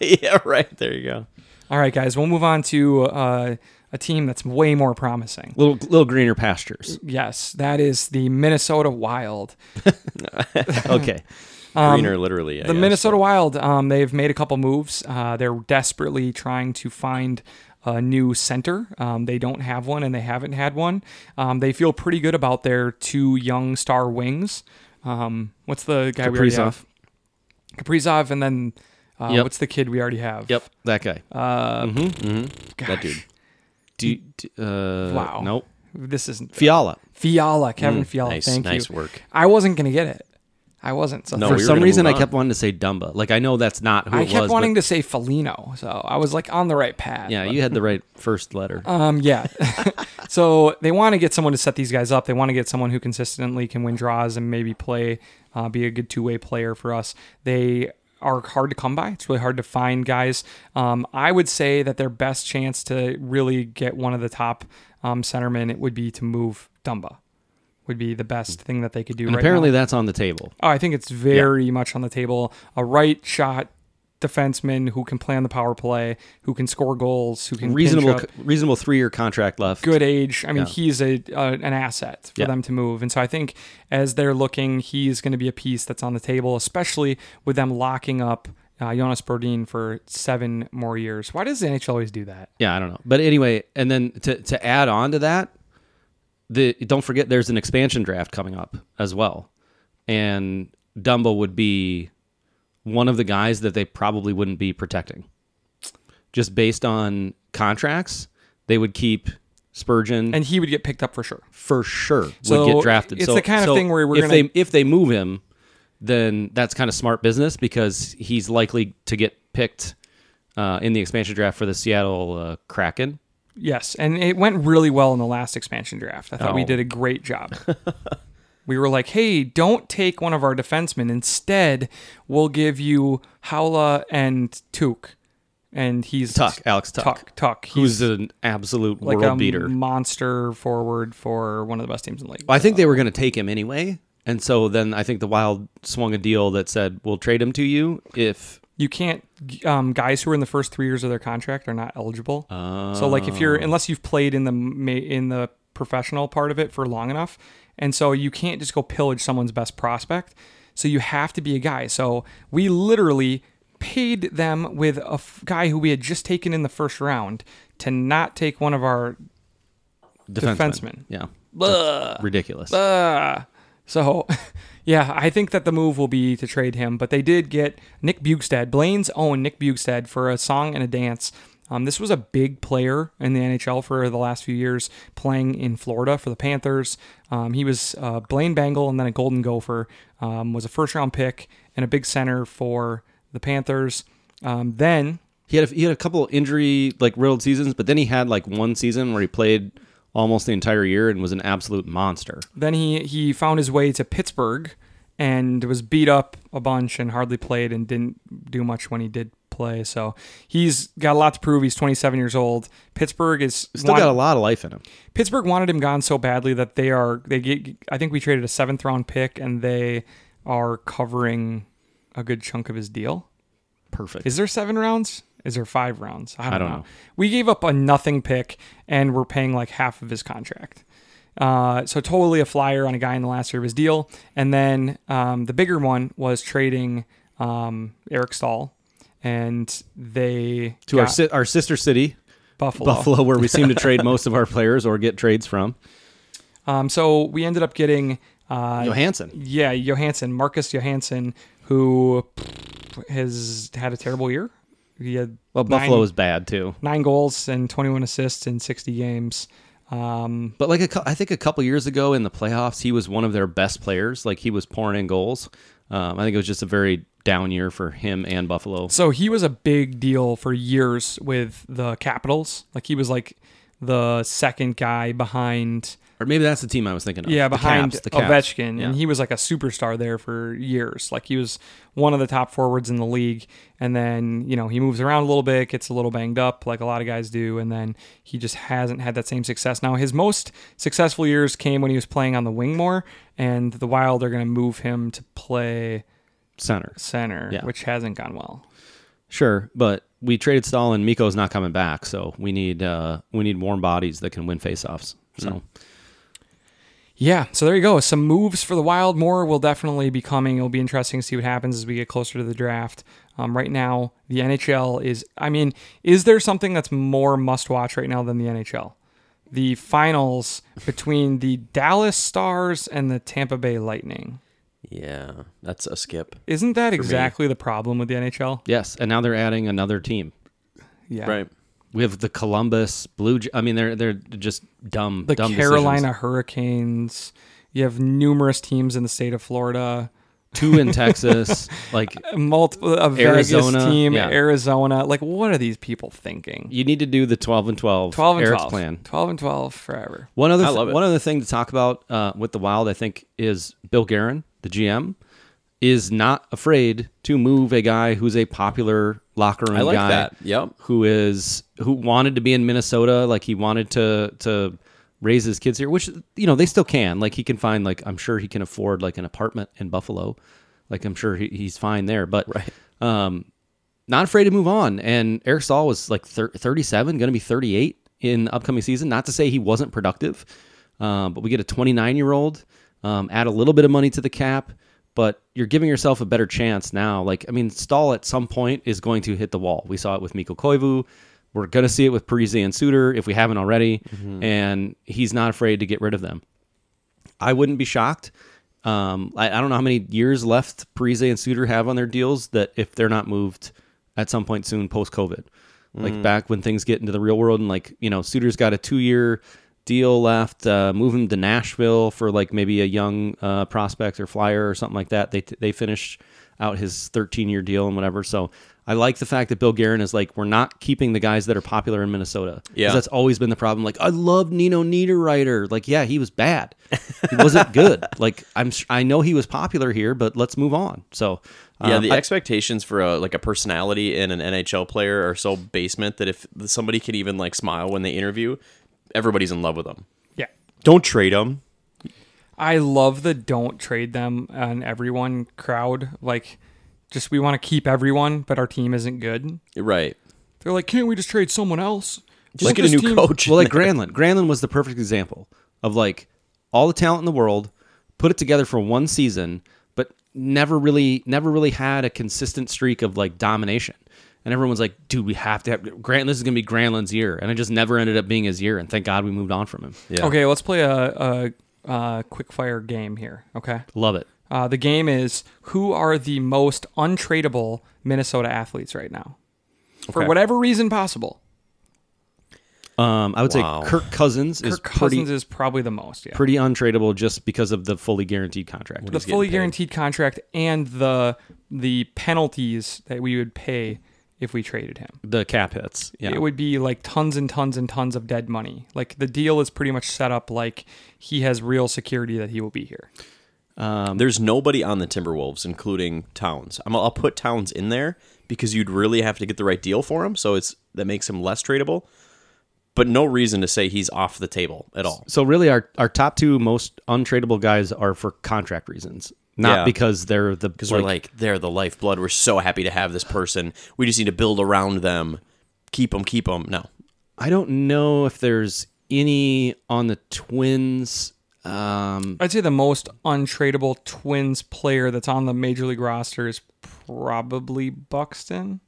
Speaker 3: yeah, right. There you go.
Speaker 1: All right, guys, we'll move on to uh, a team that's way more promising.
Speaker 2: little little greener pastures.
Speaker 1: Yes, that is the Minnesota Wild.
Speaker 2: Okay.
Speaker 3: Greener, literally. I
Speaker 1: Um, the
Speaker 3: guess.
Speaker 1: Minnesota Wild, um, they've made a couple moves. Uh, they're desperately trying to find a new center. Um, they don't have one, and they haven't had one. Um, they feel pretty good about their two young star wings. Um, what's the guy we already
Speaker 2: Kaprizov.
Speaker 1: have? Kaprizov, and then uh,
Speaker 2: Yep.
Speaker 1: what's the kid we already have?
Speaker 2: Yep. That guy.
Speaker 1: Uh, Gosh,
Speaker 3: that dude.
Speaker 2: do, you- do, uh,
Speaker 1: Wow.
Speaker 2: Nope.
Speaker 1: This isn't
Speaker 2: Fiala.
Speaker 1: Fiala, Kevin Fiala.
Speaker 3: Nice,
Speaker 1: thank you.
Speaker 3: nice work.
Speaker 1: I wasn't gonna get it. I wasn't. So
Speaker 2: For
Speaker 3: No, Oh, we were
Speaker 2: some
Speaker 3: gonna
Speaker 2: reason, I
Speaker 3: move on.
Speaker 2: kept wanting to say Dumba. Like I know that's not who
Speaker 1: I
Speaker 2: it
Speaker 1: kept
Speaker 2: was.
Speaker 1: wanting
Speaker 2: but,
Speaker 1: to say Felino, so I was like on the right path.
Speaker 2: yeah,
Speaker 1: but-
Speaker 2: you had the right first letter.
Speaker 1: Um, yeah. so they want to get someone to set these guys up. They want to get someone who consistently can win draws and maybe play, uh, be a good two way player for us. They are hard to come by. It's really hard to find guys. Um, I would say that their best chance to really get one of the top um, centermen it would be to move Dumba. Would be the best thing that they could do.
Speaker 2: and
Speaker 1: right
Speaker 2: apparently,
Speaker 1: now.
Speaker 2: that's on the table.
Speaker 1: Oh, I think it's very much on the table. A right shot defenseman who can play on the power play, who can score goals, who can pinch
Speaker 2: Reasonable,
Speaker 1: up
Speaker 2: reasonable three-year contract left.
Speaker 1: good age. I mean, he's a, a an asset for
Speaker 2: Yeah.
Speaker 1: them to move. And so I think as they're looking, he's going to be a piece that's on the table, especially with them locking up uh, Jonas Brodin for seven more years. Why does the NHL always do that?
Speaker 2: Yeah, I don't know. But anyway, and then to to add on to that, the don't forget there's an expansion draft coming up as well. And Dumbo would be one of the guys that they probably wouldn't be protecting. Just based on contracts, they would keep Spurgeon
Speaker 1: And he would get picked up for sure.
Speaker 2: for sure
Speaker 1: So,
Speaker 2: would get drafted.
Speaker 1: it's
Speaker 2: so
Speaker 1: the kind of
Speaker 2: so
Speaker 1: thing where we're
Speaker 2: if
Speaker 1: gonna-
Speaker 2: they if they move him, then that's kind of smart business because he's likely to get picked uh, in the expansion draft for the Seattle uh, Kraken.
Speaker 1: Yes, and it went really well in the last expansion draft. I thought we
Speaker 2: Oh.
Speaker 1: did a great job. we were like, "Hey, don't take one of our defensemen. Instead, we'll give you Howla and Took." And he's
Speaker 2: Tuck, Alex Tuck. um,
Speaker 1: Tuck, Tuck.
Speaker 2: who's an absolute
Speaker 1: like
Speaker 2: world
Speaker 1: a
Speaker 2: beater.
Speaker 1: monster forward for one of the best teams in the league.
Speaker 2: I think they were going to take him anyway, and so then I think the Wild swung a deal that said we'll trade him to you if
Speaker 1: You can't um, guys who are in the first three years of their contract are not eligible. so like if
Speaker 2: Oh.
Speaker 1: you're unless you've played in the ma- in the professional part of it for long enough, and so you can't just go pillage someone's best prospect. So you have to be a guy. So we literally paid them with a f- guy who we had just taken in the first round to not take one of our
Speaker 2: defenseman.
Speaker 1: Defenseman.
Speaker 2: Yeah, That's ridiculous.
Speaker 1: Uh, so, yeah, I think that the move will be to trade him. But they did get Nick Bugstad, Blaine's own Nick Bugstad, for a song and a dance. Um, this was a big player in the NHL for the last few years, playing in Florida for the Panthers. Um, he was uh, Blaine Bangle and then a Golden Gopher. Um, was a first round pick and a big center for the Panthers. Um, then
Speaker 2: He had a, he had a couple injury like riddled seasons, but then he had like one season where he played almost the entire year and was an absolute monster.
Speaker 1: Then he he found his way to Pittsburgh and was beat up a bunch and hardly played and didn't do much when he did play. So he's got a lot to prove. He's 27 years old. Pittsburgh is
Speaker 2: Still
Speaker 1: want-
Speaker 2: got a lot of life in him.
Speaker 1: Pittsburgh wanted him gone so badly that they are they get I think we traded a 7th round pick and they are covering a good chunk of his deal.
Speaker 2: Perfect.
Speaker 1: Is there 7 rounds? Is there 5 rounds? I don't,
Speaker 2: don't
Speaker 1: know.
Speaker 2: know.
Speaker 1: We gave up a nothing pick and we're paying like half of his contract. Uh, so totally a flyer on a guy in the last year of his deal. And then um, the bigger one was trading um, Eric Stahl, and they
Speaker 2: to our
Speaker 1: got
Speaker 2: si- our sister city,
Speaker 1: Buffalo.
Speaker 2: Buffalo, where we seem to trade most of our players or get trades from.
Speaker 1: Um, so we ended up getting uh,
Speaker 2: Johansson.
Speaker 1: yeah Johansson, Marcus Johansson, who pff, has had a terrible year. He had
Speaker 2: Well,
Speaker 1: nine-
Speaker 2: Buffalo is bad too.
Speaker 1: nine goals and 21 assists in 60 games. Um,
Speaker 2: But like a cou- I think a couple years ago in the playoffs, he was one of their best players. Like he was pouring in goals. Um, I think it was just a very down year for him and Buffalo.
Speaker 1: So he was a big deal for years with the Capitals. Like he was like the second guy behind
Speaker 2: Or maybe that's the team I was thinking of.
Speaker 1: yeah
Speaker 2: The
Speaker 1: behind
Speaker 2: Caps, the Caps.
Speaker 1: Ovechkin
Speaker 2: Yeah.
Speaker 1: and he was like a superstar there for years. Like he was one of the top forwards in the league and then, you know, he moves around a little bit, gets a little banged up like a lot of guys do and then he just hasn't had that same success. Now his most successful years came when he was playing on the wing more and the Wild are going to move him to play
Speaker 2: center.
Speaker 1: center,
Speaker 2: Yeah.
Speaker 1: which hasn't gone well.
Speaker 2: Sure, but we traded Stahl and Miko's not coming back, so we need uh, we need warm bodies that can win faceoffs. So
Speaker 1: Yeah, so there you go. Some moves for the Wild. More will definitely be coming. It'll be interesting to see what happens as we get closer to the draft. Um, right now, the NHL is. I mean, is there something that's more must watch right now than the NHL? The finals between the Dallas Stars and the Tampa Bay Lightning.
Speaker 3: Yeah, that's a skip.
Speaker 1: Isn't that exactly the problem with the NHL?
Speaker 2: yes, and now they're adding another team.
Speaker 1: Yeah.
Speaker 3: Right.
Speaker 2: We have the Columbus Blue. J- I mean, they're they're just dumb.
Speaker 1: The
Speaker 2: dumb decisions.
Speaker 1: Carolina Hurricanes. You have numerous teams in the state of Florida.
Speaker 2: two in Texas. Like
Speaker 1: multiple a Vegas
Speaker 2: Arizona,
Speaker 1: team,
Speaker 2: yeah.
Speaker 1: Arizona. Like, what are these people thinking?
Speaker 2: you need to do the twelve and twelve.
Speaker 1: Twelve and
Speaker 2: Eric's
Speaker 1: twelve.
Speaker 2: plan.
Speaker 1: Twelve and twelve forever.
Speaker 2: One other
Speaker 3: I
Speaker 2: th-
Speaker 3: love it.
Speaker 2: one other thing to talk about uh, with the Wild, I think, is Bill Guerin, the GM, is not afraid to move a guy who's a popular locker room
Speaker 3: I like
Speaker 2: guy.
Speaker 3: that. Yep.
Speaker 2: Who is who wanted to be in Minnesota? Like he wanted to to raise his kids here, which you know they still can. Like he can find like I'm sure he can afford like an apartment in Buffalo. Like I'm sure he, he's fine there, but um, not afraid to move on. And Eric Stahl was like thir- 37, going to be 38 in the upcoming season. Not to say he wasn't productive, um, but we get a 29 year old, um, add a little bit of money to the cap, but you're giving yourself a better chance now. Like, I mean, Stahl at some point is going to hit the wall. We saw it with Miko Koivu. We're going to see it with Parisi and Suter if we haven't already. And he's not afraid to get rid of them. I wouldn't be shocked. Um, I, I don't know how many years left Parise and Suter have on their deals that if they're not moved at some point soon post COVID, like back when things get into the real world and like, you know, Suter's got a two year deal left, uh, move him to Nashville for like maybe a young uh, prospect or flyer or something like that. They, they finish out his 13 year deal and whatever. So I like the fact that Bill Guerin is like, we're not keeping the guys that are popular in Minnesota. 'Cause
Speaker 3: Yeah.
Speaker 2: That's always been the problem. Like, I love Nino Niederreiter. Like, yeah, he was bad. He wasn't good. Like, I'm s- I know he was popular here, but let's move on. So, um,
Speaker 3: Yeah, the
Speaker 2: I-
Speaker 3: expectations for a, like a personality in an NHL player are so basement that if somebody can even like smile when they interview, everybody's in love with them.
Speaker 1: Yeah.
Speaker 3: Don't trade them.
Speaker 1: I love the don't trade them on everyone crowd. Like, just we want to keep everyone, but our team isn't good.
Speaker 3: Right.
Speaker 1: They're like, can't we just trade someone else?
Speaker 3: Just
Speaker 1: Let
Speaker 3: get a new
Speaker 1: this team-
Speaker 3: coach.
Speaker 2: well, like Granlund. Granlund was the perfect example of like all the talent in the world, put it together for one season, but never really, never really had a consistent streak of like domination. And everyone's like, dude, we have to have Grant. This is gonna be Granlund's year, and it just never ended up being his year. And thank God we moved on from him.
Speaker 3: Yeah.
Speaker 1: Okay, let's play a, a, a quick fire game here. Okay.
Speaker 2: Love it.
Speaker 1: Uh, the game is who are the most untradeable Minnesota athletes right now? For
Speaker 3: Okay.
Speaker 1: whatever reason possible.
Speaker 2: Um, I would
Speaker 3: Wow.
Speaker 2: say Kirk Cousins is
Speaker 1: Kirk
Speaker 2: pretty
Speaker 1: Cousins is probably the most, yeah.
Speaker 2: pretty untradeable just because of the fully guaranteed contract.
Speaker 1: the fully guaranteed contract and the the penalties that we would pay if we traded him.
Speaker 2: The cap hits. Yeah.
Speaker 1: It would be like tons and tons and tons of dead money. Like the deal is pretty much set up like he has real security that he will be here.
Speaker 3: There's nobody on the Timberwolves, including Towns. I'm, I'll put Towns in there because you'd really have to get the right deal for him. So it's that makes him less tradable, but no reason to say he's off the table at all.
Speaker 2: so really our, our top two most untradeable guys are for contract reasons. Not
Speaker 3: Yeah.
Speaker 2: because they're the
Speaker 3: Because we're like, they're the lifeblood. We're so happy to have this person. We just need to build around them. Keep them, keep them. No.
Speaker 2: I don't know if there's any on the twins. Um
Speaker 1: I'd say the most untradeable Twins player that's on the major league roster is probably Buxton.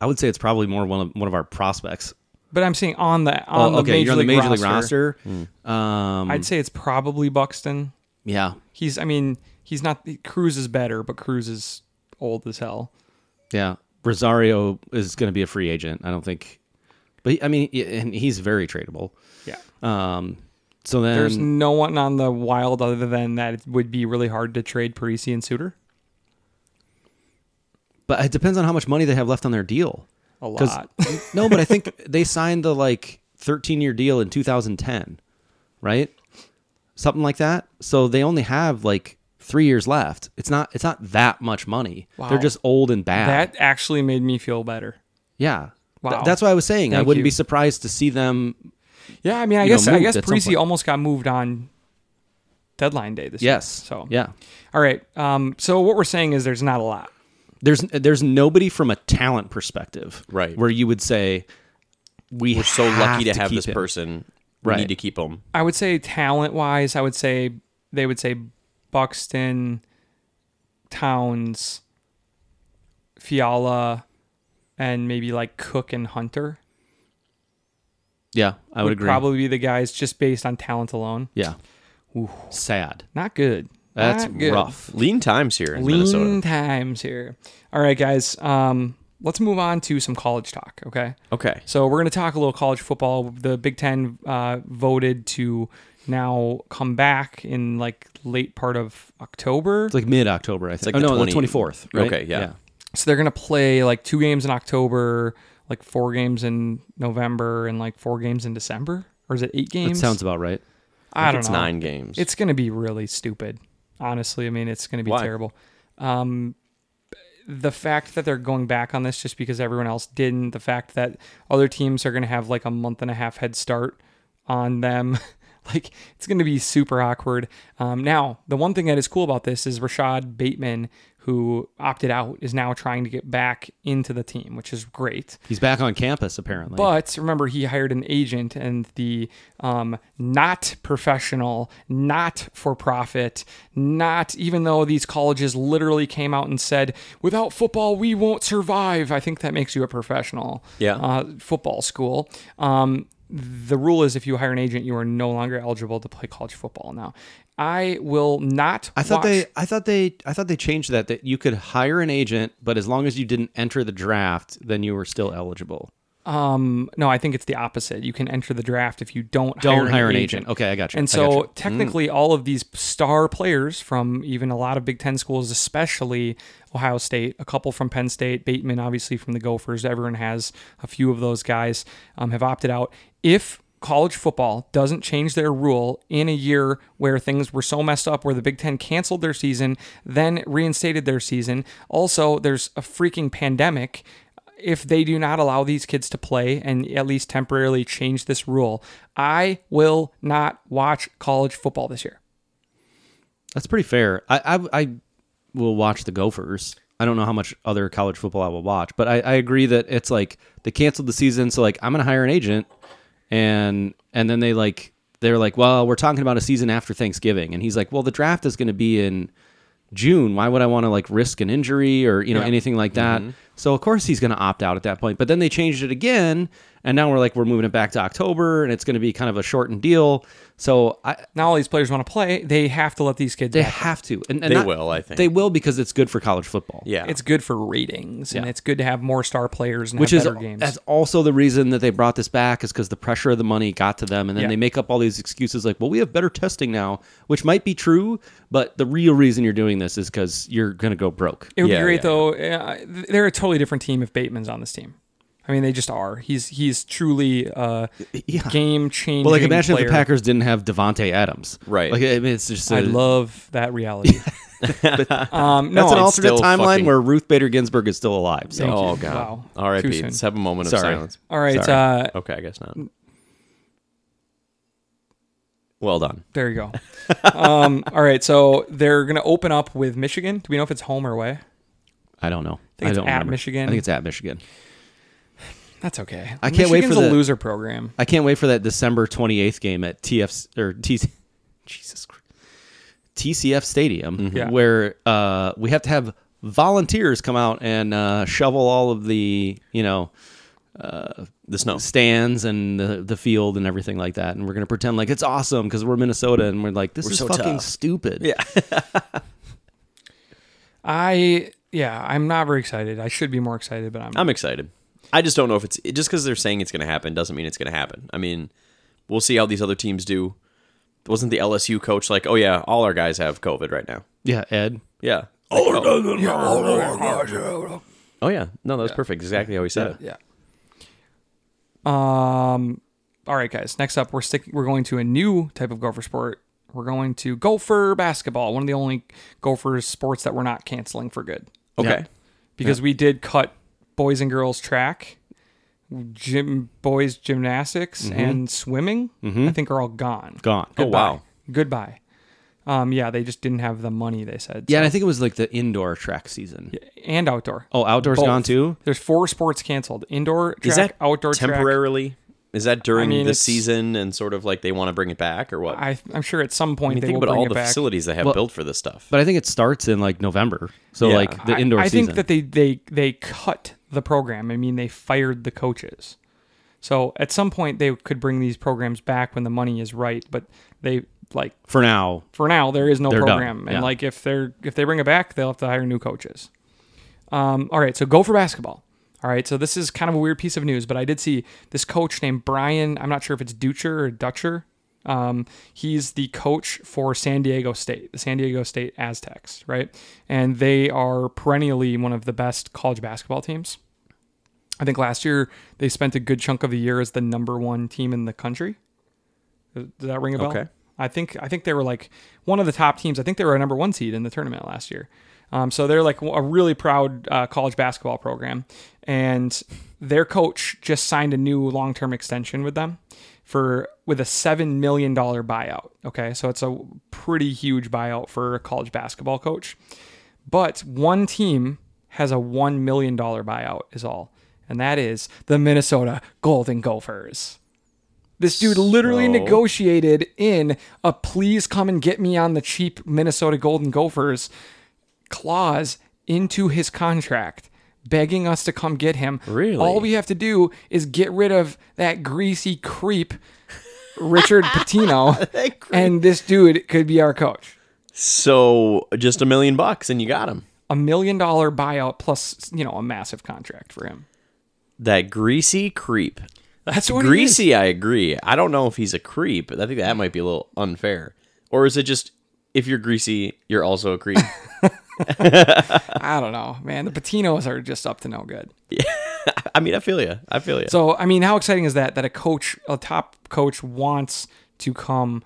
Speaker 2: I would say it's probably more one of one of our prospects.
Speaker 1: But I'm saying on the on
Speaker 2: oh, okay,
Speaker 1: the major,
Speaker 2: you're on the
Speaker 1: league,
Speaker 2: major league
Speaker 1: roster,
Speaker 2: roster. Um
Speaker 1: I'd say it's probably Buxton.
Speaker 2: yeah.
Speaker 1: He's I mean, he's not Cruz is better, but Cruz is old as hell.
Speaker 2: Yeah. Rosario is going to be a free agent. I don't think but he- I mean yeah, and he's very tradable.
Speaker 1: Yeah.
Speaker 2: Um so then
Speaker 1: There's no one on the wild other than that it would be really hard to trade Parisi and Suter.
Speaker 2: But it depends on how much money they have left on their deal.
Speaker 1: A
Speaker 2: 'Cause-
Speaker 1: lot.
Speaker 2: no, but I think they signed the like 13 year deal in 2010, right? Something like that. So they only have like three years left. It's not it's not that much money.
Speaker 1: Wow.
Speaker 2: They're just old and bad.
Speaker 1: That actually made me feel better.
Speaker 2: yeah. Th-
Speaker 1: Wow.
Speaker 2: that's what I was saying. I
Speaker 1: Thank
Speaker 2: wouldn't
Speaker 1: you.
Speaker 2: be surprised to see them.
Speaker 1: Yeah, I mean, I
Speaker 2: you know,
Speaker 1: guess I
Speaker 2: moved
Speaker 1: guess
Speaker 2: at some
Speaker 1: Parisi
Speaker 2: point.
Speaker 1: almost got moved on deadline day this year.
Speaker 2: Yes.
Speaker 1: So
Speaker 2: yeah,
Speaker 1: All right. Um. So what we're saying is there's not a lot.
Speaker 2: there's there's nobody from a talent perspective,
Speaker 3: Right.
Speaker 2: Where you would say we
Speaker 3: We're so lucky to have
Speaker 2: keep
Speaker 3: this
Speaker 2: him.
Speaker 3: person. We
Speaker 2: Right.
Speaker 3: need to keep them.
Speaker 1: I would say talent wise, I would say they would say Buxton, Towns, Fiala, and maybe like Cook and Hunter
Speaker 2: Yeah, I would, agree.
Speaker 1: probably be the guys just based on talent alone.
Speaker 2: yeah, sad.
Speaker 1: Not good.
Speaker 2: That's
Speaker 1: Not good.
Speaker 2: rough.
Speaker 3: Lean times here in
Speaker 1: Lean
Speaker 3: Minnesota.
Speaker 1: times here. All right, guys. Um, let's move on to some college talk. Okay.
Speaker 3: Okay.
Speaker 1: So we're going to talk a little college football. The Big Ten uh, voted to now come back in like late part of October.
Speaker 2: It's like mid October, I think.
Speaker 3: like
Speaker 2: oh,
Speaker 3: the
Speaker 2: no,
Speaker 3: 20
Speaker 2: the 24th. Right?
Speaker 3: Okay, yeah.
Speaker 1: So they're gonna play like two games in October, like four games in November, and like four games in December. Or is it eight
Speaker 2: That
Speaker 1: games?
Speaker 2: sounds about right.
Speaker 1: I don't
Speaker 3: it's
Speaker 1: know.
Speaker 3: nine games.
Speaker 1: It's gonna be really stupid. Honestly, I mean, it's gonna be
Speaker 3: Why?
Speaker 1: terrible. Um, the fact that they're going back on this just because everyone else didn't, the fact that other teams are gonna have like a month and a half head start on them, like it's gonna be super awkward. Um, now, the one thing that is cool about this is Rashad Bateman, who opted out, is now trying to get back into the team, which is great.
Speaker 2: He's back on campus, apparently.
Speaker 1: But remember, he hired an agent, and the um, not professional, not for profit, not even though these colleges literally came out and said, without football, we won't survive. I think that makes you a professional
Speaker 3: Yeah.
Speaker 1: uh, football school. Um, the rule is if you hire an agent, you are no longer eligible to play college football now. I will not.
Speaker 2: I thought
Speaker 1: watch-
Speaker 2: they, I thought they, I thought they changed that that you could hire an agent, but as long as you didn't enter the draft, then you were still eligible.
Speaker 1: Um, no, I think it's the opposite. You can enter the draft if you don't
Speaker 2: Don't hire an agent. Okay, I got you.
Speaker 1: And
Speaker 2: I got
Speaker 1: so
Speaker 2: you.
Speaker 1: technically, all of these star players from even a lot of Big Ten schools, especially Ohio State, a couple from Penn State, Bateman obviously from the Gophers. Everyone has a few of those guys um, have opted out. If college football doesn't change their rule in a year where things were so messed up where the Big Ten canceled their season, then reinstated their season. Also, there's a freaking pandemic if they do not allow these kids to play and at least temporarily change this rule, I will not watch college football this year.
Speaker 2: that's pretty fair. I, I, I will watch the Gophers. I don't know how much other college football I will watch, but I, I agree that it's like they canceled the season, so like I'm gonna hire an agent, and and then they like they're like, well, we're talking about a season after Thanksgiving, and he's like, well, the draft is gonna be in June. Why would I want to like risk an injury or you know anything like that?
Speaker 3: Mm-hmm.
Speaker 2: So of course he's gonna opt out at that point. But then they changed it again, and now we're like we're moving it back to October, and it's gonna be kind of a shortened deal. So I,
Speaker 1: Not all these players want to play, they have to let these kids
Speaker 2: they
Speaker 1: back.
Speaker 2: have to, and, and
Speaker 3: They
Speaker 2: not-
Speaker 3: will, I think.
Speaker 2: They will because it's good for college football.
Speaker 3: yeah.
Speaker 1: It's good for ratings and it's good to have more star players and
Speaker 2: which
Speaker 1: have
Speaker 2: is
Speaker 1: better games.
Speaker 2: that's also the reason that they brought this back is because the pressure of the money got to them, and then
Speaker 1: Yeah.
Speaker 2: they make up all these excuses like, "Well, we have better testing now," which might be true, but the real reason you're doing this is because you're gonna go broke.
Speaker 1: It would
Speaker 3: Yeah,
Speaker 1: be great
Speaker 3: yeah.
Speaker 1: though. Uh, they're a totally different team if Bateman's on this team. I mean, they just are. He's he's truly uh,
Speaker 2: Yeah.
Speaker 1: game changing.
Speaker 2: Well, like imagine
Speaker 1: player.
Speaker 2: if the Packers didn't have Devonte Adams,
Speaker 3: Right.
Speaker 2: Like I mean, it's just a,
Speaker 1: I love that reality. um, no,
Speaker 2: that's an
Speaker 1: it's-
Speaker 2: alternate
Speaker 3: still
Speaker 2: timeline
Speaker 3: fucking-
Speaker 2: where Ruth Bader Ginsburg is still alive. So
Speaker 1: Thank you.
Speaker 3: Oh god.
Speaker 1: Wow.
Speaker 3: All right,
Speaker 1: Too
Speaker 3: Pete.
Speaker 1: soon.
Speaker 3: Let's have a moment
Speaker 2: Sorry.
Speaker 3: of silence.
Speaker 1: All right,
Speaker 3: Sorry.
Speaker 1: uh,
Speaker 3: okay, I guess not. Well done.
Speaker 1: There you go. um, all right, so they're going to open up with Michigan. Do we know if it's home or away?
Speaker 2: I don't know. I,
Speaker 1: think it's
Speaker 2: don't
Speaker 1: at
Speaker 2: remember.
Speaker 1: Michigan.
Speaker 2: I think it's at Michigan.
Speaker 1: That's okay.
Speaker 2: I can't wait for
Speaker 1: Michigan's a
Speaker 2: the-
Speaker 1: loser program.
Speaker 2: I can't wait for that December 28th game at TF or T, Jesus Christ, TCF Stadium,
Speaker 3: Mm-hmm.
Speaker 1: Yeah.
Speaker 2: where uh, we have to have volunteers come out and uh, shovel all of the you know uh,
Speaker 3: The snow.
Speaker 2: stands and the, the field and everything like that, and we're gonna pretend like it's awesome because we're Minnesota and we're like this is
Speaker 3: so
Speaker 2: fucking
Speaker 3: tough.
Speaker 2: stupid.
Speaker 3: Yeah.
Speaker 1: I yeah, I'm not very excited. I should be more excited, but I'm.
Speaker 3: I'm excited. I just don't know if it's it- just because they're saying it's going to happen doesn't mean it's going to happen. I mean, we'll see how these other teams do. Wasn't the LSU coach like, "Oh yeah, all our guys have COVID right now"?
Speaker 2: yeah, Ed.
Speaker 3: Yeah. oh, yeah. No, that was perfect. Exactly how he said it.
Speaker 1: yeah. Um. All right, guys. Next up, we're sticking. We're going to a new type of Gopher sport. We're going to Gopher basketball. One of the only Gopher sports that we're not canceling for good.
Speaker 3: Okay.
Speaker 1: because we did cut boys and girls track, gym boys gymnastics, and swimming. I think are all gone.
Speaker 2: Gone.
Speaker 3: Mm-hmm. Oh wow.
Speaker 1: Goodbye. Um, yeah, they just didn't have the money. They said
Speaker 2: Yeah, and I think it was like the indoor track season.
Speaker 1: and outdoor.
Speaker 2: Oh, outdoors
Speaker 1: Both.
Speaker 2: gone too.
Speaker 1: There's four sports canceled: indoor track,
Speaker 3: Is that
Speaker 1: outdoor track.
Speaker 3: temporarily? Is that during
Speaker 1: mean,
Speaker 3: the
Speaker 1: it's-
Speaker 3: season and sort of like they want to bring it back or what? I
Speaker 1: I, I'm sure at some point
Speaker 3: mean,
Speaker 1: they
Speaker 3: think
Speaker 1: will
Speaker 3: about
Speaker 1: bring
Speaker 3: all
Speaker 1: it
Speaker 3: the
Speaker 1: back.
Speaker 3: facilities they have built for this stuff.
Speaker 2: But I think it starts in like November. So
Speaker 3: Yeah.
Speaker 2: like the
Speaker 1: I-
Speaker 2: indoor
Speaker 1: I,
Speaker 2: season.
Speaker 1: think that they they they cut the program. I mean, they fired the coaches. So at some point they could bring these programs back when the money is right, but they like
Speaker 2: for now,
Speaker 1: for now there is no
Speaker 2: They're done,
Speaker 1: program and
Speaker 2: yeah.
Speaker 1: like if they're if they bring it back they'll have to hire new coaches um, all right so go for basketball all right so this is kind of a weird piece of news but i did see this coach named brian i'm not sure if it's dutcher or dutcher Um, he's the coach for San Diego State, the San Diego State Aztecs, right? And they are perennially one of the best college basketball teams. I think last year they spent a good chunk of the year as the number one team in the country. Does does that ring a bell?
Speaker 3: Okay.
Speaker 1: I think I think they were like one of the top teams. I think they were a number one seed in the tournament last year. Um, so they're like a really proud uh, college basketball program, and their coach just signed a new long term extension with them for with a seven million dollar buyout. Okay, so it's a pretty huge buyout for a college basketball coach. But one team has a $1 million buyout, is all. And that is the Minnesota Golden Gophers. This dude literally
Speaker 3: So-
Speaker 1: negotiated in a please come and get me on the cheap Minnesota Golden Gophers clause into his contract, begging us to come get him.
Speaker 3: Really?
Speaker 1: All we have to do is get rid of that greasy creep, Richard Patino, and this dude could be our coach.
Speaker 3: So just a million bucks and you got him.
Speaker 1: a million dollar buyout plus you know a massive contract for him.
Speaker 3: That greasy creep.
Speaker 1: That's what
Speaker 3: Greasy, I agree. I don't know if he's a creep. but I think that might be a little unfair. Or is it just if you're greasy, you're also a creep?
Speaker 1: I don't know, man. The Patinos are just up to no good.
Speaker 3: I mean, I feel you. I feel you.
Speaker 1: So I mean, how exciting is that? That a coach, a top coach, wants to come,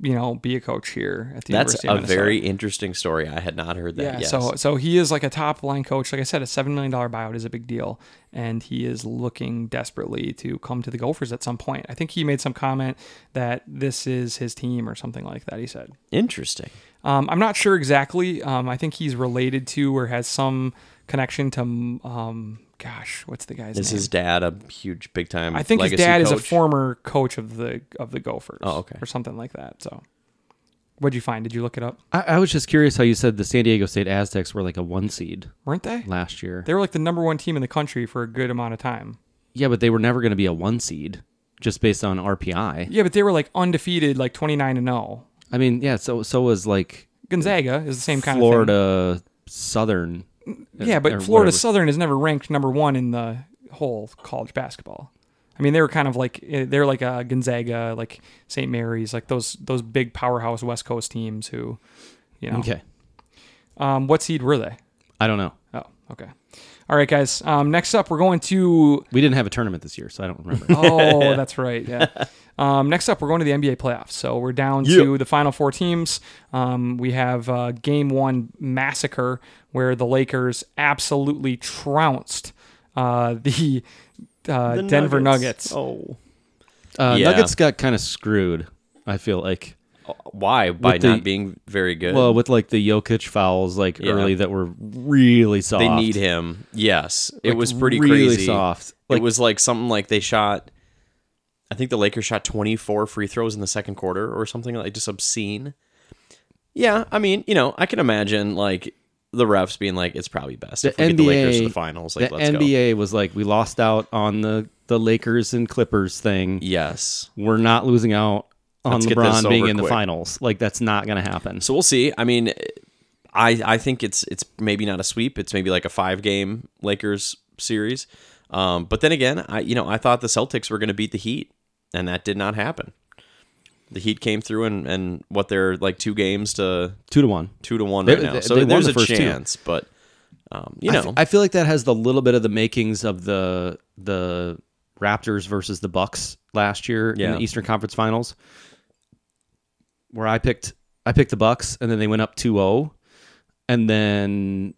Speaker 1: you know, be a coach here at the
Speaker 3: That's
Speaker 1: University
Speaker 3: a
Speaker 1: of Minnesota.
Speaker 3: very interesting story. I had not heard that.
Speaker 1: yeah.
Speaker 3: yes.
Speaker 1: So so he is like a top line coach. Like I said, a seven million dollar buyout is a big deal, and he is looking desperately to come to the Gophers at some point. I think he made some comment that this is his team or something like that. He said.
Speaker 3: interesting.
Speaker 1: Um, I'm not sure exactly. Um, I think he's related to or has some connection to. Um, gosh, what's the guy's
Speaker 3: Is
Speaker 1: name?
Speaker 3: his dad a huge, big time?
Speaker 1: I think his
Speaker 3: legacy
Speaker 1: dad is a
Speaker 3: coach?
Speaker 1: former coach of the of the Gophers.
Speaker 3: Oh, okay.
Speaker 1: or something like that. So, what'd you find? Did you look it up?
Speaker 2: I, I was just curious how you said the San Diego State Aztecs were like a one seed
Speaker 1: Weren't they?
Speaker 2: last year.
Speaker 1: They were like the number one team in the country for a good amount of time.
Speaker 2: Yeah, but they were never going to be a one seed just based on RPI.
Speaker 1: Yeah, but they were like undefeated, like 29 and 0.
Speaker 2: I mean, yeah, so so was like
Speaker 1: Gonzaga is the same kind of
Speaker 2: Florida Southern.
Speaker 3: Mm,
Speaker 1: thing. Yeah,
Speaker 2: or
Speaker 1: but Florida
Speaker 2: whatever.
Speaker 1: Southern is never ranked number one in the whole college basketball. I mean, they were kind of like eh, they're like uh, Gonzaga, like St. Mary's, like those those big powerhouse West Coast teams who, you know,
Speaker 2: Okay.
Speaker 1: um, what seed were they?
Speaker 2: I don't know.
Speaker 1: Oh, okay. All right, guys. Um, next up, we're going to.
Speaker 2: We didn't have a tournament this year, so I don't remember.
Speaker 1: Oh, that's right. Yeah. Um, next up, we're going to the NBA playoffs. So we're down to the final four teams. Um, we have uh, Game One massacre where the Lakers absolutely trounced uh, the, uh,
Speaker 3: The
Speaker 1: Denver Nuggets.
Speaker 3: Oh,
Speaker 2: Uh,
Speaker 3: Yeah.
Speaker 2: Nuggets got kind of screwed. I feel like
Speaker 3: Oh, why? By
Speaker 2: With the-
Speaker 3: not being very good.
Speaker 2: well with like the Jokic fouls like
Speaker 3: Yeah.
Speaker 2: early that were really soft.
Speaker 3: they need him. Yes, it
Speaker 2: Like,
Speaker 3: was pretty
Speaker 2: really
Speaker 3: crazy.
Speaker 2: soft. Like
Speaker 3: it was like something like they shot. I think the Lakers shot 24 free throws in the second quarter or something like just obscene. Yeah, I mean, you know, I can imagine like the refs being like, it's probably best
Speaker 2: the
Speaker 3: if we get the Lakers to
Speaker 2: NBA
Speaker 3: the finals. Like,
Speaker 2: the
Speaker 3: let's go.
Speaker 2: NBA was like we lost out on the the Lakers and Clippers thing.
Speaker 3: Yes.
Speaker 2: We're not losing out on
Speaker 3: Let's get this
Speaker 2: LeBron being
Speaker 3: over
Speaker 2: in the
Speaker 3: quick.
Speaker 2: finals. Like that's not going to happen.
Speaker 3: So we'll see. I mean, I I think it's it's maybe not a sweep. It's maybe like a five game Lakers series. Um, but then again, I you know I thought the Celtics were going to beat the Heat, and that did not happen. The Heat came through and and what they're like two games to
Speaker 2: 2 to 1.
Speaker 3: two to one
Speaker 2: They-
Speaker 3: right now.
Speaker 2: they-
Speaker 3: so
Speaker 2: they won
Speaker 3: there's
Speaker 2: the
Speaker 3: a
Speaker 2: first two.
Speaker 3: chance, but um, you
Speaker 2: I
Speaker 3: know,
Speaker 2: f- I feel like that has the little bit of the makings of the the Raptors versus the Bucks last year in
Speaker 3: Yeah.
Speaker 2: the Eastern Conference Finals, where I picked I picked the Bucks and then they went up 2-0. and then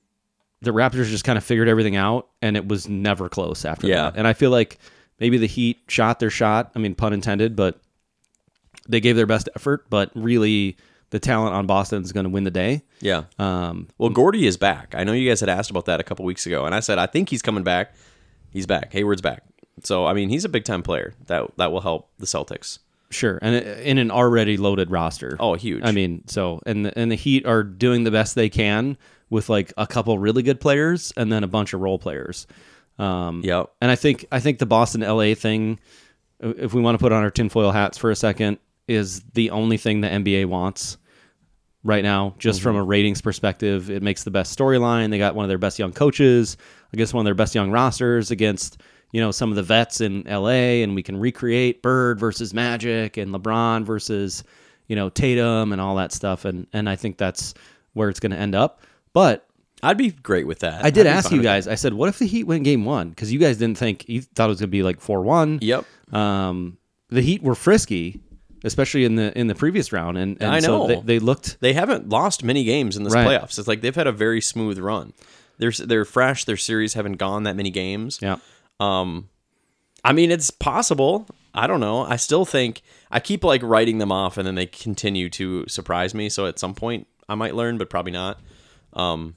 Speaker 2: the Raptors just kind of figured everything out and it was never close after
Speaker 3: Yeah.
Speaker 2: that. And I feel like maybe the Heat shot their shot. I mean, pun intended, but they gave their best effort. But really, the talent on Boston is going to win the day.
Speaker 3: yeah.
Speaker 2: Um,
Speaker 3: Well, Gordy is back. I know you guys had asked about that a couple weeks ago, and I said I think he's coming back. He's back. Hayward's back. So I mean, he's a big time player. That that will help the Celtics.
Speaker 2: Sure, and i- in an already loaded roster.
Speaker 3: Oh, huge.
Speaker 2: I mean, so and the, and the Heat are doing the best they can with like a couple really good players and then a bunch of role players. Um,
Speaker 3: Yep.
Speaker 2: and I think I think the Boston LA thing, i- if we want to put on our tinfoil hats for a second, is the only thing the NBA wants right now. Just from a ratings perspective, it makes the best storyline. They got one of their best young coaches against one of their best young rosters against you know some of the vets in LA, and we can recreate Bird versus Magic and LeBron versus you know Tatum and all that stuff. And and I think that's where it's going to end up. But
Speaker 3: I'd be great with that.
Speaker 2: I did
Speaker 3: I'd be
Speaker 2: ask
Speaker 3: fine
Speaker 2: you
Speaker 3: with
Speaker 2: guys. I said, "What if the Heat win Game One?" Because you guys didn't think you thought it was going to be like four one.
Speaker 3: that. Yep.
Speaker 2: Um, the Heat were frisky, especially in the in the previous round, and, and
Speaker 3: I
Speaker 2: so
Speaker 3: know.
Speaker 2: they, they looked.
Speaker 3: They haven't lost many games in this
Speaker 2: Right.
Speaker 3: playoffs. It's like they've had a very smooth run. They're they're fresh. Their series haven't gone that many games.
Speaker 2: Yeah,
Speaker 3: Um, I mean, it's possible. I don't know. I still think I keep like writing them off, and then they continue to surprise me. So at some point, I might learn, but probably not. Um,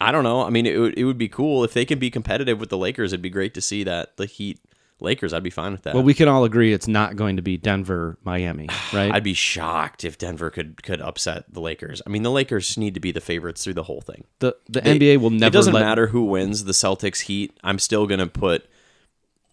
Speaker 3: I don't know. I mean, it would it would be cool if they could be competitive with the Lakers. It'd be great to see that the Heat Lakers. I'd be fine with that.
Speaker 2: but we can all agree it's not going to be Denver, Miami, right?
Speaker 3: I'd be shocked if Denver could could upset the Lakers. I mean, the Lakers need to be the favorites through the whole thing.
Speaker 2: the the
Speaker 3: They-
Speaker 2: NBA will never.
Speaker 3: It doesn't
Speaker 2: let-
Speaker 3: matter who wins the Celtics Heat. I'm still gonna put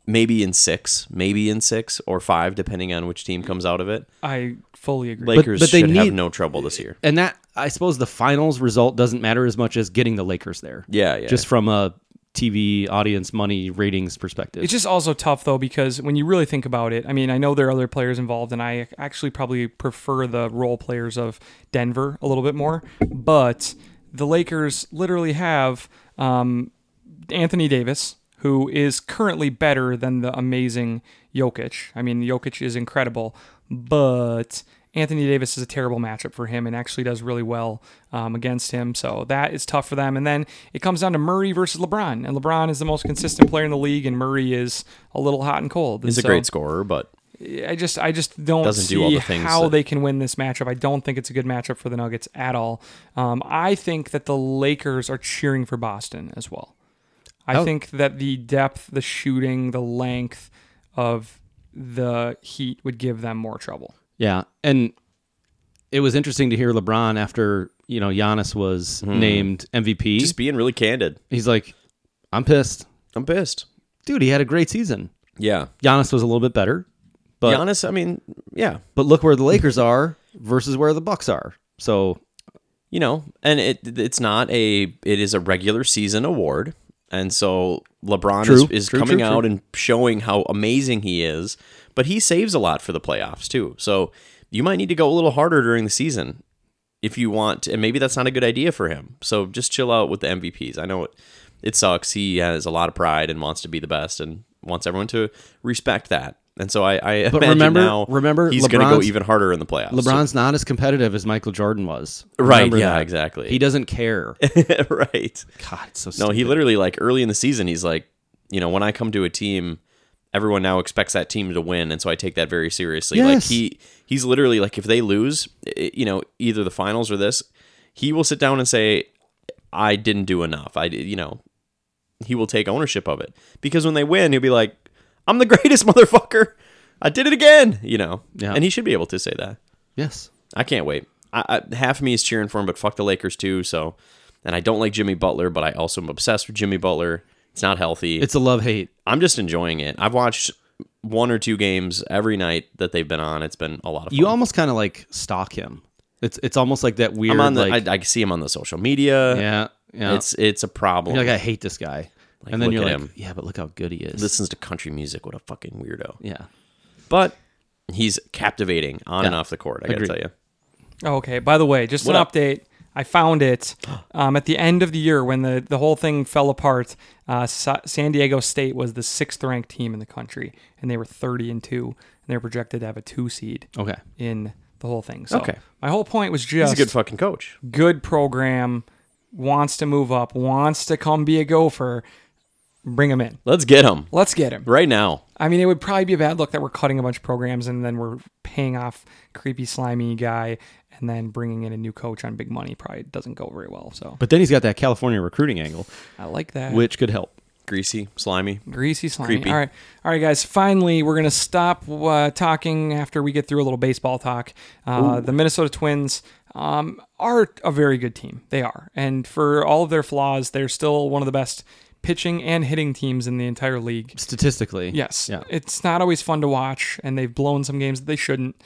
Speaker 3: maybe in six, maybe in six or five, depending on which team comes out of it.
Speaker 1: I fully agree.
Speaker 3: Oh. Lakers
Speaker 2: but they
Speaker 3: should
Speaker 2: need-
Speaker 3: have no trouble this year.
Speaker 2: And that I suppose the finals result doesn't matter as much as getting the Lakers there.
Speaker 3: Yeah, yeah.
Speaker 2: Just from a TV audience money ratings perspective.
Speaker 1: It's just also tough though because when you really think about it, I mean, I know there are other players involved, and I actually probably prefer the role players of Denver a little bit more. But the Lakers literally have um, Anthony Davis, who is currently better than the amazing Jokic. I mean, Jokic is incredible, but Anthony Davis is a terrible matchup for him and actually does really well um, against him. So that is tough for them. And then it comes down to Murray versus LeBron. And LeBron is the most consistent player in the league, and Murray is a little hot and cold. And
Speaker 3: He's a
Speaker 1: so
Speaker 3: great scorer, but
Speaker 1: I just I just don't
Speaker 3: Doesn't
Speaker 1: see
Speaker 3: do all the things
Speaker 1: how
Speaker 3: that-
Speaker 1: they can win this matchup. I don't think it's a good matchup for the Nuggets at all. Um, I think that the Lakers are cheering for Boston as well. I
Speaker 3: Oh.
Speaker 1: think that the depth, the shooting, the length of the Heat would give them more trouble.
Speaker 2: Yeah, and it was interesting to hear LeBron after you know Giannis was named MVP.
Speaker 3: Hmm. just being really candid.
Speaker 2: He's like, "I'm pissed,
Speaker 3: I'm pissed.
Speaker 2: dude. He had a great season.
Speaker 3: Yeah.
Speaker 2: Giannis was a little bit better, but
Speaker 3: Giannis, I mean, yeah.
Speaker 2: but look where the Lakers are versus where the Bucks are. So
Speaker 3: you know, and it it's not a it is a regular season award, and so LeBron
Speaker 2: True,
Speaker 3: is, is
Speaker 2: true,
Speaker 3: coming
Speaker 2: true, true.
Speaker 3: out and showing how amazing he is, but he saves a lot for the playoffs too. So you might need to go a little harder during the season if you want, to- and maybe that's not a good idea for him. So just chill out with the MVPs. I know it it sucks. He has a lot of pride and wants to be the best and wants everyone to respect that. And so I, I imagine
Speaker 2: remember-
Speaker 3: now
Speaker 2: remember
Speaker 3: he's going to go
Speaker 2: LeBron's-
Speaker 3: even harder in the playoffs.
Speaker 2: LeBron's not as competitive as Michael Jordan was.
Speaker 3: Right,
Speaker 2: Remember
Speaker 3: yeah,
Speaker 2: that.
Speaker 3: exactly.
Speaker 2: He doesn't care.
Speaker 3: right.
Speaker 2: God, it's so
Speaker 3: No,
Speaker 2: stupid.
Speaker 3: he literally like early in the season, he's like, you know, when I come to a team, everyone now expects that team to win, and so I take that very seriously. Like
Speaker 2: Yes.
Speaker 3: he he's literally like, if they lose, i- you know, either the finals or this, he will sit down and say, I didn't do enough. I did, you know, he will take ownership of it because when they win, he'll be like, I'm the greatest motherfucker. I did it again, you know,
Speaker 2: Yeah.
Speaker 3: and he should be able to say that.
Speaker 2: yes.
Speaker 3: I can't wait. I, I, half of me is cheering for him, but fuck the Lakers too. So, and I don't like Jimmy Butler, but I also am obsessed with Jimmy Butler. It's not healthy.
Speaker 2: It's a love hate.
Speaker 3: I'm just enjoying it. I've watched one or two games every night that they've been on. It's been a lot of fun.
Speaker 2: You almost kind of like stalk him. It's it's almost like that weird
Speaker 3: I'm on the.
Speaker 2: like
Speaker 3: I, I see him on the social media.
Speaker 2: yeah yeah.
Speaker 3: It's it's a problem.
Speaker 2: You're like, I hate this guy. and then
Speaker 3: look
Speaker 2: you're like,
Speaker 3: at him.
Speaker 2: yeah, but look how good he is.
Speaker 3: Listens to country music. What a fucking weirdo.
Speaker 2: yeah.
Speaker 3: But he's captivating on and off the court. I
Speaker 2: Agreed.
Speaker 3: gotta tell you.
Speaker 1: Oh, Okay. By the way, just
Speaker 3: What
Speaker 1: an
Speaker 3: up?
Speaker 1: update. I found it um, at the end of the year when the, the whole thing fell apart. Uh, Sa- San Diego State was the sixth ranked team in the country, and they were 30 and two, and they were projected to have a two seed.
Speaker 2: Okay.
Speaker 1: in the whole thing. So
Speaker 3: Okay.
Speaker 1: my whole point was
Speaker 3: He's
Speaker 1: just
Speaker 3: a good fucking coach.
Speaker 1: good program, wants to move up, wants to come be a gopher, bring him in.
Speaker 3: Let's get him
Speaker 1: Let's get him.
Speaker 3: right now.
Speaker 1: I mean, it would probably be a bad look that we're cutting a bunch of programs and then we're paying off creepy, slimy guy and then bringing in a new coach on big money probably doesn't go very well. So
Speaker 2: But then he's got that California recruiting angle,
Speaker 1: I like that.
Speaker 2: which could help.
Speaker 3: Greasy, slimy.
Speaker 1: Greasy slimy.
Speaker 3: Creepy.
Speaker 1: All right, all right, guys. Finally, we're gonna stop uh, talking after we get through a little baseball talk. Uh, the Minnesota Twins um, are a very good team. They are, and for all of their flaws, they're still one of the best pitching and hitting teams in the entire league.
Speaker 2: Statistically.
Speaker 1: Yes,
Speaker 2: Yeah.
Speaker 1: it's not always fun to watch, and they've blown some games that they shouldn't.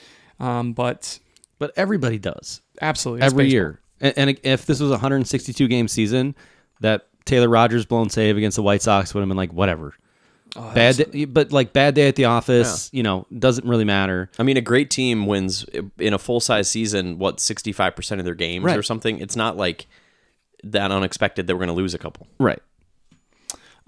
Speaker 1: Um, but
Speaker 2: But everybody does.
Speaker 1: absolutely, it's
Speaker 2: Every
Speaker 1: baseball.
Speaker 2: year. And, and if this was a 162 game season, that Taylor Rogers blown save against the White Sox would have been like, whatever.
Speaker 1: Oh,
Speaker 2: bad, day, but like bad day at the office, you know, doesn't really matter.
Speaker 3: I mean, a great team wins in a full size season, what, 65% of their games
Speaker 2: Right.
Speaker 3: or something? It's not like that unexpected that we're going to lose a couple.
Speaker 2: Right.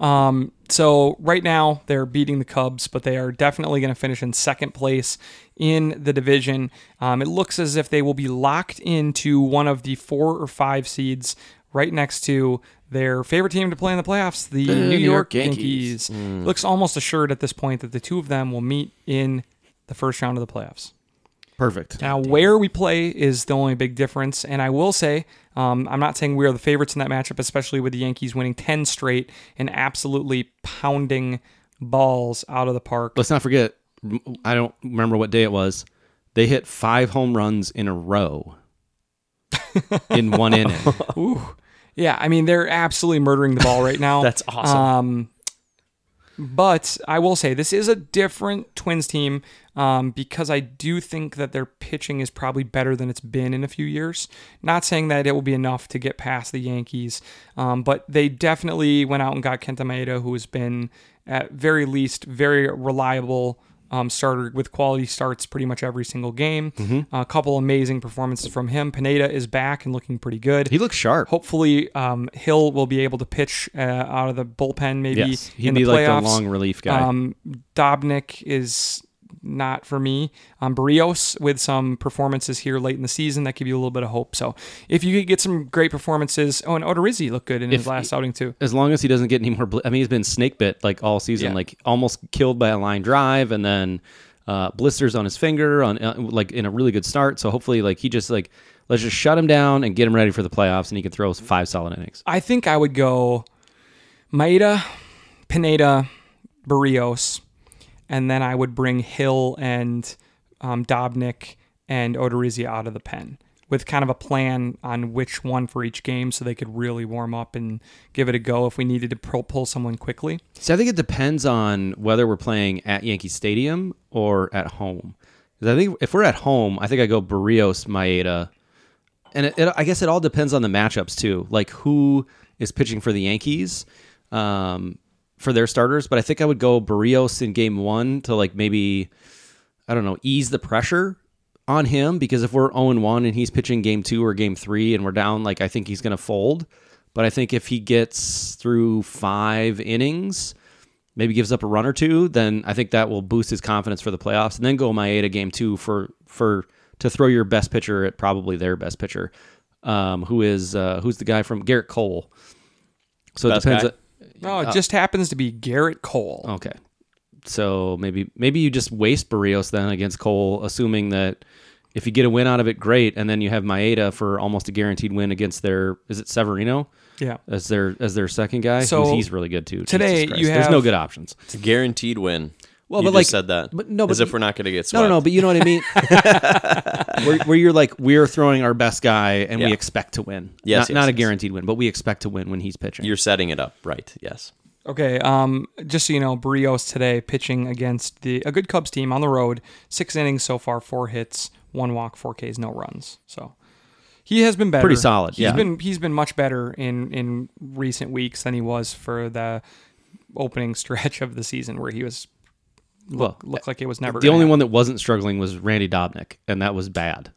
Speaker 1: Um, so right now they're beating the Cubs, but they are definitely going to finish in second place in the division. Um, it looks as if they will be locked into one of the four or five seeds, right next to their favorite team to play in the playoffs, the New, York,
Speaker 2: York
Speaker 1: Yankees.
Speaker 2: Yankees.
Speaker 1: Looks almost assured at this point that the two of them will meet in the first round of the playoffs.
Speaker 2: Perfect.
Speaker 1: Now, where we play is the only big difference. And I will say, um, I'm not saying we are the favorites in that matchup, especially with the Yankees winning 10 straight and absolutely pounding balls out of the park.
Speaker 2: Let's not forget. m- I don't remember what day it was. They hit five home runs in a row in one inning.
Speaker 1: Yeah, I mean, they're absolutely murdering the ball right now.
Speaker 3: That's awesome.
Speaker 1: Um, but I will say this is a different Twins team um, because I do think that their pitching is probably better than it's been in a few years. Not saying that it will be enough to get past the Yankees, um, but they definitely went out and got Kenta Maeda, who has been at very least very reliable. Um, starter with quality starts pretty much every single game.
Speaker 3: Mm-hmm.
Speaker 1: A couple amazing performances from him. Pineda is back and looking pretty good.
Speaker 2: He looks sharp.
Speaker 1: Hopefully, um, Hill will be able to pitch uh, out of the bullpen maybe
Speaker 2: Yes, he'd
Speaker 1: in
Speaker 2: be
Speaker 1: the
Speaker 2: like
Speaker 1: playoffs.
Speaker 2: the long relief guy.
Speaker 1: um, Dobnik is not for me. Um, Barrios with some performances here late in the season that give you a little bit of hope. So if you could get some great performances, oh, and Odorizzi looked good in his
Speaker 2: If-
Speaker 1: last outing too.
Speaker 2: as long as he doesn't get any more. Bl- I mean, he's been snake bit like all season,
Speaker 1: Yeah.
Speaker 2: like almost killed by a line drive, and then uh, blisters on his finger on uh, like in a really good start. So hopefully, like he just like let's just shut him down and get him ready for the playoffs, and he can throw us five solid innings.
Speaker 1: I think I would go Maeda, Pineda, Barrios, and then I would bring Hill and um, Dobnik and Odorizzi out of the pen with kind of a plan on which one for each game so they could really warm up and give it a go if we needed to pull, pull someone quickly.
Speaker 2: So I think it depends on whether we're playing at Yankee Stadium or at home. 'Cause I think if we're at home, I think I go Barrios, Maeda, and it, it, I guess it all depends on the matchups too, like who is pitching for the Yankees um, for their starters. But I think I would go Barrios in Game One to like maybe I don't know ease the pressure on him because if we're 0 1 and he's pitching Game Two or Game Three and we're down, like I think he's gonna fold. But I think if he gets through five innings, maybe gives up a run or two, then I think that will boost his confidence for the playoffs. And then go Maeda game two for for to throw your best pitcher at probably their best pitcher, um, who is uh, who's the guy from Garrett Cole. So
Speaker 3: Best
Speaker 2: it depends.
Speaker 3: guy?
Speaker 1: No, Oh, it just happens to be Garrett Cole.
Speaker 2: okay, so maybe maybe you just waste Barrios then against Cole, assuming that. If you get a win out of it, great, and then you have Maeda for almost a guaranteed win against their is it Severino
Speaker 1: Yeah.
Speaker 2: as their as their second guy.
Speaker 1: So,
Speaker 2: Who's- he's really good too. Jesus
Speaker 1: today
Speaker 2: Christ.
Speaker 1: you
Speaker 2: there's
Speaker 1: have-
Speaker 2: no good options.
Speaker 3: It's a guaranteed win.
Speaker 2: Well,
Speaker 3: You
Speaker 2: but,
Speaker 3: just
Speaker 2: like-
Speaker 3: said that.
Speaker 2: but no,
Speaker 3: as
Speaker 2: but-
Speaker 3: if we're not going to get swept.
Speaker 2: No, no, no, but you know what I mean. where, where you're like, we're throwing our best guy, and we
Speaker 3: Yeah.
Speaker 2: expect to win. not,
Speaker 3: Yes, yes,
Speaker 2: not a
Speaker 3: yes.
Speaker 2: guaranteed win, but we expect to win when he's pitching.
Speaker 3: You're setting it up right. Yes.
Speaker 1: Okay. Um. Just so you know, Barrios today pitching against the a good Cubs team on the road. Six innings so far, four hits, one walk, four Ks, no runs. So he has been better.
Speaker 2: Pretty solid,
Speaker 1: He's
Speaker 2: yeah.
Speaker 1: been he's been much better in in recent weeks than he was for the opening stretch of the season where he was
Speaker 2: well,
Speaker 1: looked like it was never
Speaker 2: the
Speaker 1: gonna
Speaker 2: only
Speaker 1: happen.
Speaker 2: one that wasn't struggling was Randy Dobnik, and that was bad.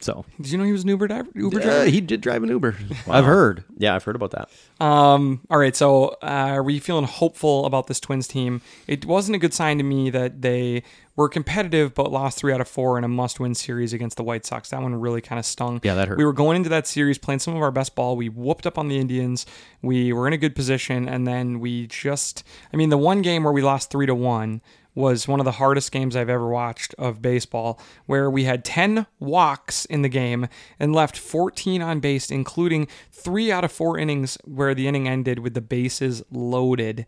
Speaker 2: So
Speaker 1: Did you know he was an Uber driver? Uber driver.
Speaker 2: he did drive an Uber. I've heard.
Speaker 3: Yeah, I've heard about that.
Speaker 1: Um, all right, so uh, are we feeling hopeful about this Twins team? It wasn't a good sign to me that they were competitive but lost three out of four in a must-win series against the White Sox. That one really kind of stung.
Speaker 2: Yeah, that hurt.
Speaker 1: We were going into that series playing some of our best ball. We whooped up on the Indians. We were in a good position, and then we just—I mean, the one game where we lost three to one was one of the hardest games I've ever watched of baseball, where we had 10 walks in the game and left 14 on base, including three out of four innings where the inning ended with the bases loaded.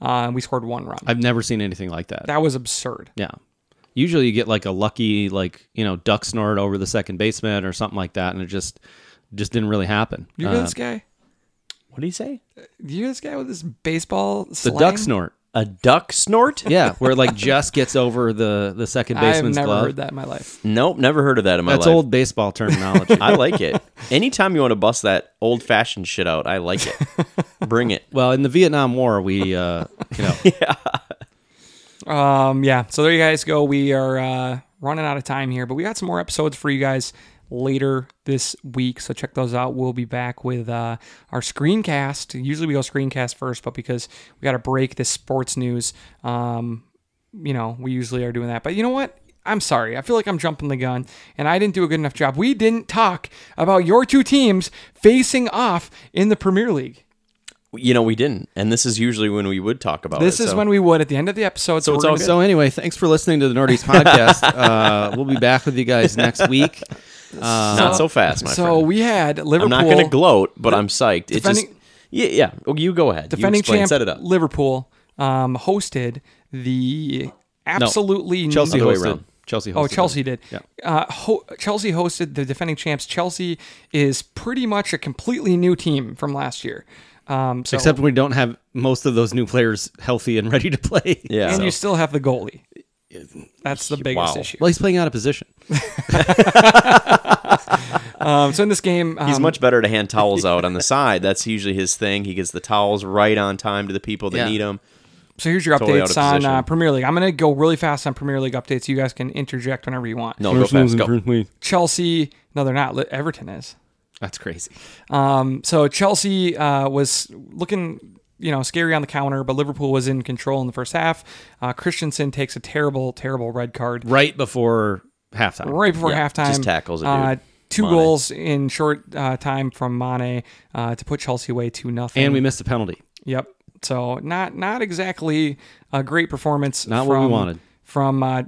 Speaker 1: Uh, we scored one run.
Speaker 2: I've never seen anything like that.
Speaker 1: that was absurd.
Speaker 2: Yeah. Usually you get like a lucky like you know duck snort over the second baseman or something like that, and it just just didn't really happen.
Speaker 1: You hear
Speaker 2: Uh,
Speaker 1: this guy?
Speaker 3: What do you say?
Speaker 1: You hear this guy with this baseball
Speaker 2: the
Speaker 1: slang?
Speaker 2: duck snort.
Speaker 3: a duck snort?
Speaker 2: Yeah, where like just gets over the the second
Speaker 1: I've
Speaker 2: baseman's
Speaker 1: never
Speaker 2: glove.
Speaker 1: heard that in my life.
Speaker 3: Nope, never heard of that in my
Speaker 2: That's
Speaker 3: life.
Speaker 2: old baseball terminology.
Speaker 3: I like it. Anytime you want to bust that old fashioned shit out, I like it. Bring it.
Speaker 2: well, in the Vietnam War, we uh, you know
Speaker 1: Um, yeah. So there you guys go. We are uh, running out of time here, but we got some more episodes for you guys later this week. So check those out. We'll be back with uh, our screencast. Usually we go screencast first, but because we got to break this sports news, um, you know, we usually are doing that. But you know what? I'm sorry. I feel like I'm jumping the gun, and I didn't do a good enough job. We didn't talk about your two teams facing off in the Premier League.
Speaker 3: You know, we didn't. And this is usually when we would talk about
Speaker 1: This
Speaker 3: it.
Speaker 1: is when we would at the end of the episode. So,
Speaker 3: it's
Speaker 1: we're
Speaker 3: all
Speaker 1: gonna-
Speaker 2: So anyway, thanks for listening to the Northeast podcast. Uh, we'll be back with you guys next week.
Speaker 3: Not so fast, my
Speaker 1: so
Speaker 3: friend.
Speaker 1: we had Liverpool.
Speaker 3: I'm not going to gloat, but I'm psyched. It just.
Speaker 1: defending-
Speaker 3: Yeah, yeah. Well, you go ahead. you
Speaker 1: defending
Speaker 3: explain.
Speaker 1: champ
Speaker 3: Set it up.
Speaker 1: Liverpool um, hosted the absolutely
Speaker 2: Chelsea
Speaker 3: Other way
Speaker 2: hosted.
Speaker 3: around.
Speaker 2: Chelsea. Hosted
Speaker 1: Oh, Chelsea
Speaker 2: them.
Speaker 1: did. Uh, ho- Chelsea hosted the defending champs. Chelsea is pretty much a completely new team from last year. Um, so,
Speaker 2: Except we don't have most of those new players healthy and ready to play.
Speaker 3: Yeah.
Speaker 1: and
Speaker 3: so-
Speaker 1: you still have the goalie. That's the biggest
Speaker 3: Wow.
Speaker 1: issue.
Speaker 2: Well, he's playing out of position.
Speaker 1: Um, so in this game, um,
Speaker 3: He's much better to hand towels out on the side. That's usually his thing. He gets the towels right on time to the people that
Speaker 2: Yeah.
Speaker 3: need them.
Speaker 1: so here's your
Speaker 3: totally out
Speaker 1: updates
Speaker 3: of
Speaker 1: on
Speaker 3: position.
Speaker 1: uh, Premier League. I'm going to go really fast on Premier League updates. You guys can interject whenever you want.
Speaker 3: No, go fast. Go.
Speaker 1: Chelsea, no, they're not. Li- Everton is.
Speaker 2: That's crazy.
Speaker 1: Um, so Chelsea uh, was looking, you know, scary on the counter, but Liverpool was in control in the first half. Uh, Christensen takes a terrible, terrible red card
Speaker 2: Right before halftime.
Speaker 1: right before
Speaker 3: Yeah,
Speaker 1: halftime.
Speaker 3: just tackles a dude.
Speaker 1: Uh, two
Speaker 3: Mane.
Speaker 1: goals in short uh, time from Mane uh, to put Chelsea away two nothing.
Speaker 2: And we missed a penalty.
Speaker 1: yep. So not not exactly a great performance.
Speaker 2: Not what
Speaker 1: from,
Speaker 2: we wanted.
Speaker 1: from uh,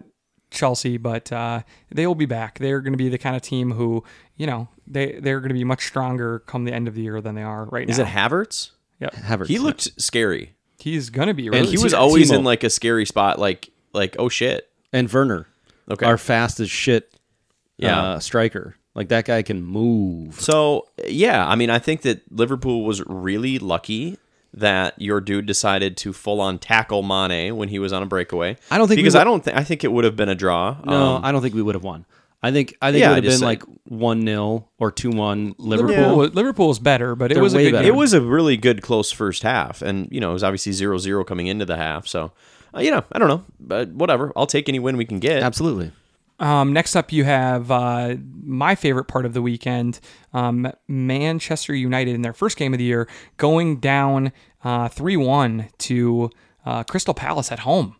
Speaker 1: Chelsea, but uh, they will be back. They're going to be the kind of team who, you know, they they're going to be much stronger come the end of the year than they are right
Speaker 3: Is
Speaker 1: now.
Speaker 3: it Havertz?
Speaker 1: Yep.
Speaker 2: Havertz.
Speaker 3: He looked scary.
Speaker 1: He's gonna be really.
Speaker 3: He was
Speaker 2: Timo.
Speaker 3: always in like a scary spot. Like like oh shit.
Speaker 2: and Werner.
Speaker 3: Okay.
Speaker 2: Our fast as shit.
Speaker 3: Yeah.
Speaker 2: Uh, striker. Like that guy can move.
Speaker 3: So yeah, I mean, I think that Liverpool was really lucky that your dude decided to full on tackle Mane when he was on a breakaway.
Speaker 2: I don't think we
Speaker 3: because
Speaker 2: would-
Speaker 3: I don't think I think it would have been a draw.
Speaker 2: No,
Speaker 3: Um,
Speaker 2: I don't think we would have won. I think I think
Speaker 3: Yeah,
Speaker 2: it
Speaker 3: I
Speaker 2: would have been
Speaker 3: just said-
Speaker 2: like one 0 or two one Liverpool.
Speaker 1: Liverpool, was, Liverpool was better, but it
Speaker 2: They're
Speaker 1: was a
Speaker 2: way
Speaker 1: good
Speaker 2: better.
Speaker 1: game.
Speaker 3: it was a really good close first half, and you know it was obviously 0-0 coming into the half. So uh, you know I don't know, but whatever. I'll take any win we can get.
Speaker 2: Absolutely.
Speaker 1: Um, next up, you have uh, my favorite part of the weekend: um, Manchester United in their first game of the year, going down uh, three one to uh, Crystal Palace at home.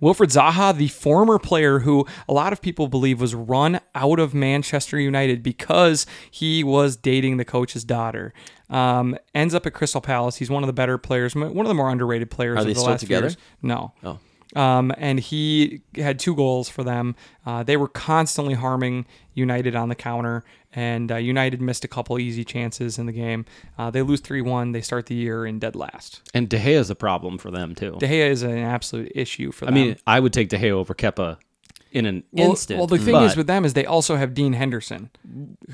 Speaker 1: Wilfred Zaha, the former player who a lot of people believe was run out of Manchester United because he was dating the coach's daughter, um, ends up at Crystal Palace. He's one of the better players, m- one of the more underrated players. Are of
Speaker 3: they
Speaker 1: the
Speaker 3: still
Speaker 1: last few
Speaker 3: together?
Speaker 1: years. No. Oh. Um, and he had two goals for them. Uh, they were constantly harming United on the counter, and uh, United missed a couple easy chances in the game. Uh, they lose 3 1. They start the year in dead last.
Speaker 2: And De Gea is a problem for them too.
Speaker 1: De Gea is an absolute issue for
Speaker 2: I
Speaker 1: them.
Speaker 2: mean, I would take De Gea over Keppa in an
Speaker 1: Well,
Speaker 2: instant.
Speaker 1: Well, the thing
Speaker 2: but
Speaker 1: is with them is they also have Dean Henderson,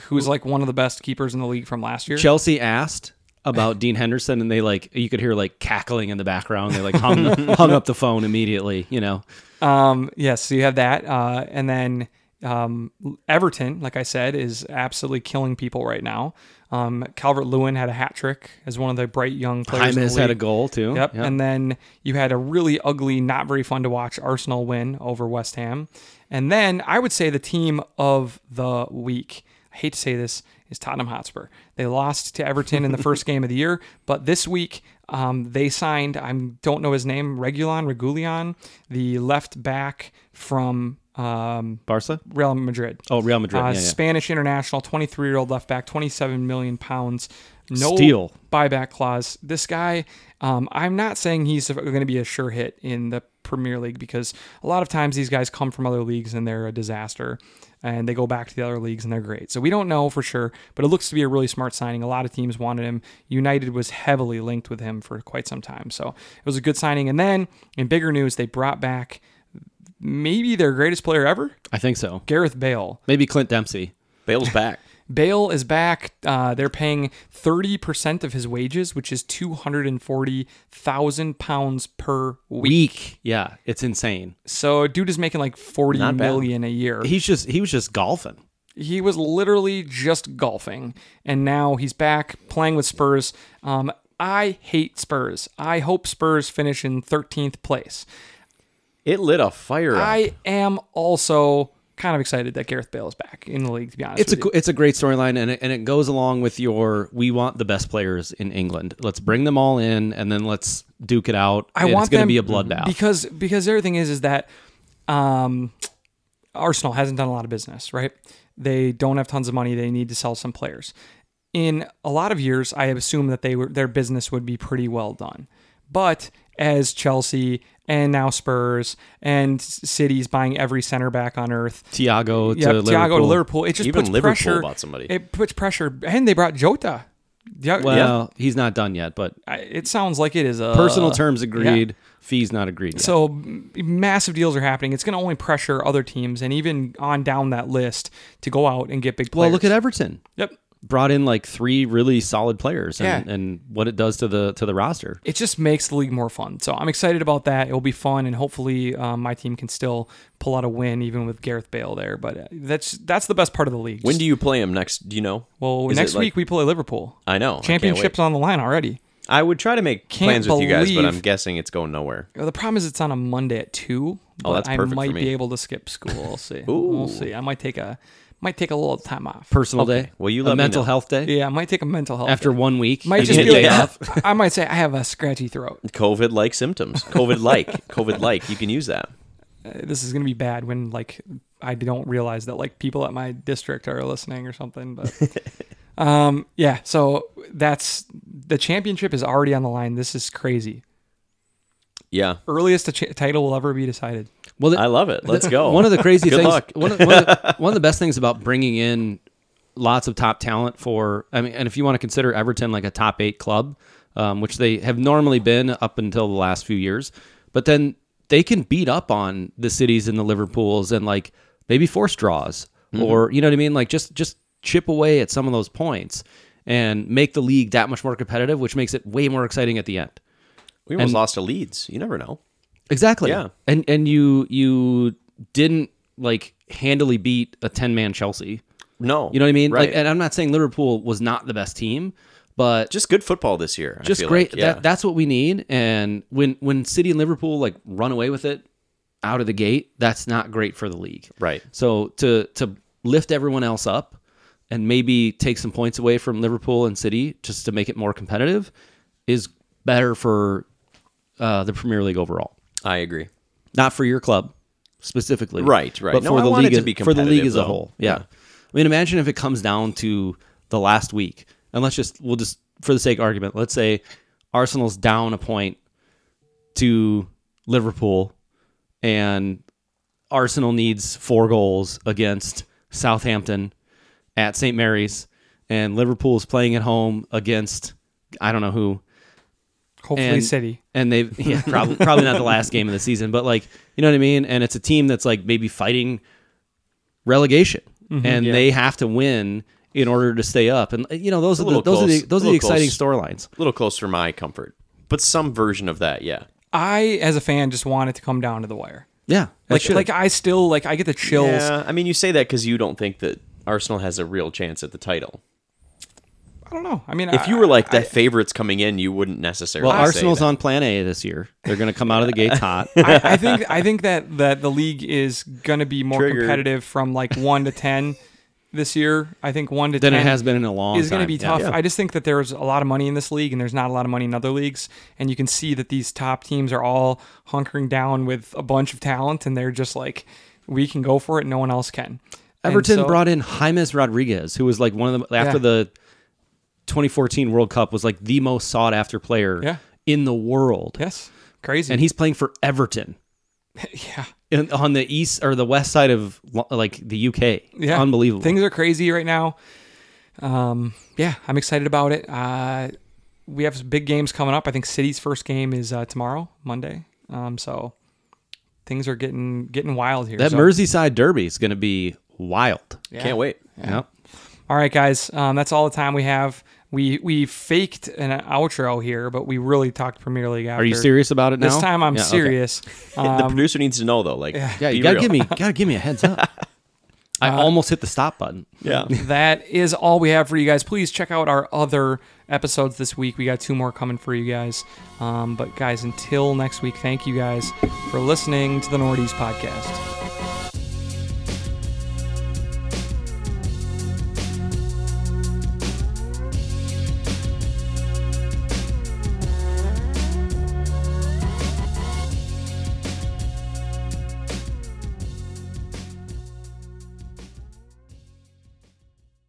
Speaker 1: who's like one of the best keepers in the league from last year.
Speaker 2: Chelsea asked about Dean Henderson, and they like you could hear like cackling in the background. They like hung hung up the phone immediately. You know,
Speaker 1: Um, yes, so you have that, uh, and then um, Everton, like I said, is absolutely killing people right now. Um, Calvert Lewin had a hat trick as one of the bright young players. in the
Speaker 2: Jimenez had a
Speaker 1: league.
Speaker 2: goal too.
Speaker 1: Yep. And then you had a really ugly, not very fun to watch Arsenal win over West Ham. And then I would say the team of the week, I hate to say this, is Tottenham Hotspur. They lost to Everton in the first game of the year, but this week um, they signed, I don't know his name, Regulon, Regulion, the left back from um,
Speaker 2: Barca.
Speaker 1: Real Madrid.
Speaker 2: Oh, Real Madrid.
Speaker 1: Uh,
Speaker 2: yeah, yeah.
Speaker 1: Spanish international, 23 year old left back, 27 million pounds. No
Speaker 2: Steal.
Speaker 1: buyback clause. This guy, um, I'm not saying he's going to be a sure hit in the Premier League because a lot of times these guys come from other leagues and they're a disaster and they go back to the other leagues and they're great. So we don't know for sure, but it looks to be a really smart signing. A lot of teams wanted him. United was heavily linked with him for quite some time. So it was a good signing. And then in bigger news, they brought back maybe their greatest player ever,
Speaker 2: I think so.
Speaker 1: Gareth Bale.
Speaker 2: Maybe Clint Dempsey.
Speaker 3: Bale's back.
Speaker 1: Bale is back. Uh, they're paying 30% of his wages, which is 240,000 pounds per week.
Speaker 2: Weak. Yeah, it's insane.
Speaker 1: So, dude is making like 40
Speaker 3: Not bad.
Speaker 1: million a year.
Speaker 2: He's just he was just golfing.
Speaker 1: He was literally just golfing, and now he's back playing with Spurs. Um, I hate Spurs. I hope Spurs finish in 13th place.
Speaker 3: It lit a fire. up.
Speaker 1: I am also kind of excited that Gareth Bale is back in the league. To be honest,
Speaker 2: It's a
Speaker 1: with
Speaker 2: go- it's a great storyline and it, and it goes along with your we want the best players in England. Let's bring them all in and then let's duke it out.
Speaker 1: you. I
Speaker 2: and
Speaker 1: want
Speaker 2: it's going
Speaker 1: them-
Speaker 2: to be a bloodbath.
Speaker 1: because because the other thing is is that um, Arsenal hasn't done a lot of business, right? They don't have tons of money. They need to sell some players. In a lot of years, I assume that they were their business would be pretty well done. But as Chelsea and now Spurs and City's buying every center back on earth,
Speaker 2: Tiago to
Speaker 1: yeah,
Speaker 2: Liverpool.
Speaker 1: Thiago to Liverpool, it just
Speaker 3: Even
Speaker 1: puts
Speaker 3: Liverpool
Speaker 1: pressure.
Speaker 3: bought somebody.
Speaker 1: It puts pressure, and they brought Jota. Yeah, yeah,
Speaker 2: Well, he's not done yet, but
Speaker 1: I- it sounds like it is a
Speaker 2: personal terms agreed, fees not agreed. Yet.
Speaker 1: Uh, So m- massive deals are happening. It's going to only pressure other teams and even on down that list to go out and get big
Speaker 2: well,
Speaker 1: players.
Speaker 2: look at Everton.
Speaker 1: yep.
Speaker 2: Brought in like three really solid players and,
Speaker 1: Yeah.
Speaker 2: and what it does to the to the roster.
Speaker 1: It just makes the league more fun. So I'm excited about that. It will be fun, and hopefully um, my team can still pull out a win even with Gareth Bale there. But uh, that's that's the best part of the league.
Speaker 3: when do you play him next? Do you know?
Speaker 1: well,
Speaker 3: Is it
Speaker 1: next
Speaker 3: like- Oh,
Speaker 1: week we play Liverpool.
Speaker 3: I know. I can't
Speaker 1: Championships on the line already.
Speaker 3: wait. I, would try to make
Speaker 1: Can't
Speaker 3: plans with you guys, but
Speaker 1: believe-
Speaker 3: I'm guessing it's going nowhere.
Speaker 1: Well, The problem is it's on a Monday at two.
Speaker 3: Oh,
Speaker 1: but
Speaker 3: that's
Speaker 1: I
Speaker 3: perfect for
Speaker 1: might
Speaker 3: me.
Speaker 1: be able to skip school. We'll see. We'll see. I might take a might take a little time off.
Speaker 2: Personal day.
Speaker 3: Well, you
Speaker 2: A
Speaker 3: let me
Speaker 2: mental
Speaker 3: know.
Speaker 2: health day
Speaker 1: yeah, I might take a mental health
Speaker 2: after one week.
Speaker 1: Might
Speaker 2: you
Speaker 1: just
Speaker 2: get
Speaker 1: be
Speaker 2: a day
Speaker 1: like,
Speaker 2: off.
Speaker 1: I might say I have a scratchy throat.
Speaker 3: COVID like symptoms. COVID like. COVID like. You can use that.
Speaker 1: Uh, This is gonna be bad when like I don't realize that like people at my district are listening or something. But um, yeah, so that's the championship is already on the line. This is crazy.
Speaker 3: Yeah.
Speaker 1: Earliest a cha- title will ever be decided.
Speaker 2: Well, the-
Speaker 3: I love it. Let's go.
Speaker 2: One of the crazy
Speaker 3: Good
Speaker 2: things,
Speaker 3: luck.
Speaker 2: One, of, one, of the, one of the best things about bringing in lots of top talent for, I mean, and if you want to consider Everton like a top eight club, um, which they have normally been up until the last few years, but then they can beat up on the cities and the Liverpools and like maybe force draws
Speaker 3: Mm-hmm.
Speaker 2: or you know what I mean, like just just chip away at some of those points and make the league that much more competitive, which makes it way more exciting at the end.
Speaker 3: we almost lost to Leeds. You never know.
Speaker 2: Exactly.
Speaker 3: Yeah.
Speaker 2: And and you you didn't like handily beat a ten man Chelsea.
Speaker 3: No.
Speaker 2: You know what I mean?
Speaker 3: Right.
Speaker 2: Like uh, and I'm not saying Liverpool was not the best team, but just,
Speaker 3: just good football this year. I feel
Speaker 2: great.
Speaker 3: Like. Yeah.
Speaker 2: That that's what we need. And when when City and Liverpool like run away with it out of the gate, that's not great for the league.
Speaker 3: Right.
Speaker 2: So to to lift everyone else up and maybe take some points away from Liverpool and City just to make it more competitive is better for uh, the Premier League overall
Speaker 3: I agree.
Speaker 2: not for your club specifically,
Speaker 3: Right, right.
Speaker 2: But
Speaker 3: No,
Speaker 2: for
Speaker 3: I
Speaker 2: the
Speaker 3: want it
Speaker 2: league,
Speaker 3: to
Speaker 2: as-
Speaker 3: be
Speaker 2: for the league
Speaker 3: competitive,
Speaker 2: as a
Speaker 3: though.
Speaker 2: whole. Yeah.
Speaker 3: Yeah.
Speaker 2: I mean, imagine if it comes down to the last week, and let's just we'll just for the sake of argument, let's say Arsenal's down a point to Liverpool, and Arsenal needs four goals against Southampton at St. Mary's, and Liverpool is playing at home against I don't know who
Speaker 1: Hopefully,
Speaker 2: and
Speaker 1: City.
Speaker 2: and they've yeah probably probably not the last game of the season, but like you know what I mean. And it's a team that's like maybe fighting relegation, and they have to win in order to stay up. And you know those are the,
Speaker 3: little
Speaker 2: those are the
Speaker 3: close.
Speaker 2: those
Speaker 3: A
Speaker 2: are the
Speaker 3: little
Speaker 2: exciting
Speaker 3: close.
Speaker 2: storylines.
Speaker 3: A little close for my comfort, but some version of that. Yeah.
Speaker 1: I, as a fan, just want it to come down to the wire.
Speaker 2: Yeah,
Speaker 1: Like, like I still like I get the chills.
Speaker 3: Yeah. I mean, you say that because you don't think that Arsenal has a real chance at the title.
Speaker 1: I don't know. I mean,
Speaker 3: If you were like the favorites coming in, you wouldn't necessarily.
Speaker 2: well,
Speaker 3: say
Speaker 2: Arsenal's
Speaker 3: that.
Speaker 2: on Plan A this year. They're going to come out of the gates hot.
Speaker 1: I, I think I think that that the league is gonna be more
Speaker 3: Triggered.
Speaker 1: competitive from like one to ten this year. I think one to
Speaker 2: Than it
Speaker 1: ten
Speaker 2: has been in a long.
Speaker 1: is going to
Speaker 2: time.
Speaker 1: be
Speaker 2: Yeah.
Speaker 1: tough. I just think that there's a lot of money in this league, and there's not a lot of money in other leagues. And you can see that these top teams are all hunkering down with a bunch of talent, and they're just like, we can go for it. No one else can. And
Speaker 2: Everton
Speaker 1: so-
Speaker 2: brought in James Rodriguez, who was like one of the after
Speaker 1: Yeah.
Speaker 2: the 2014 World Cup was like the most sought after player
Speaker 1: Yeah.
Speaker 2: in the world.
Speaker 1: yes, crazy.
Speaker 2: and he's playing for Everton.
Speaker 1: yeah,
Speaker 2: in, on the east or the west side of lo- like the UK.
Speaker 1: yeah,
Speaker 2: unbelievable.
Speaker 1: Things are crazy right now. Um, yeah, I'm excited about it. Uh, we have some big games coming up. I think City's first game is uh, tomorrow, Monday. Um, so things are getting getting wild here.
Speaker 2: that
Speaker 1: So-
Speaker 2: Merseyside derby is going to be wild.
Speaker 1: Yeah.
Speaker 3: Can't wait.
Speaker 2: Yeah.
Speaker 1: All right, guys, um, that's all the time we have. We we faked an outro here, but we really talked Premier League. After.
Speaker 2: Are you serious about it now?
Speaker 1: This time I'm
Speaker 2: Yeah, okay.
Speaker 1: serious.
Speaker 3: the
Speaker 1: Um,
Speaker 3: producer needs to know though. Like,
Speaker 2: Yeah,
Speaker 3: be
Speaker 2: you gotta
Speaker 3: real.
Speaker 2: give me gotta give me a heads up. I
Speaker 1: Uh,
Speaker 2: almost hit the stop button.
Speaker 3: Yeah.
Speaker 1: that is all we have for you guys. Please check out our other episodes this week. We got two more coming for you guys. Um, but guys, until next week, thank you guys for listening to the Nordies podcast.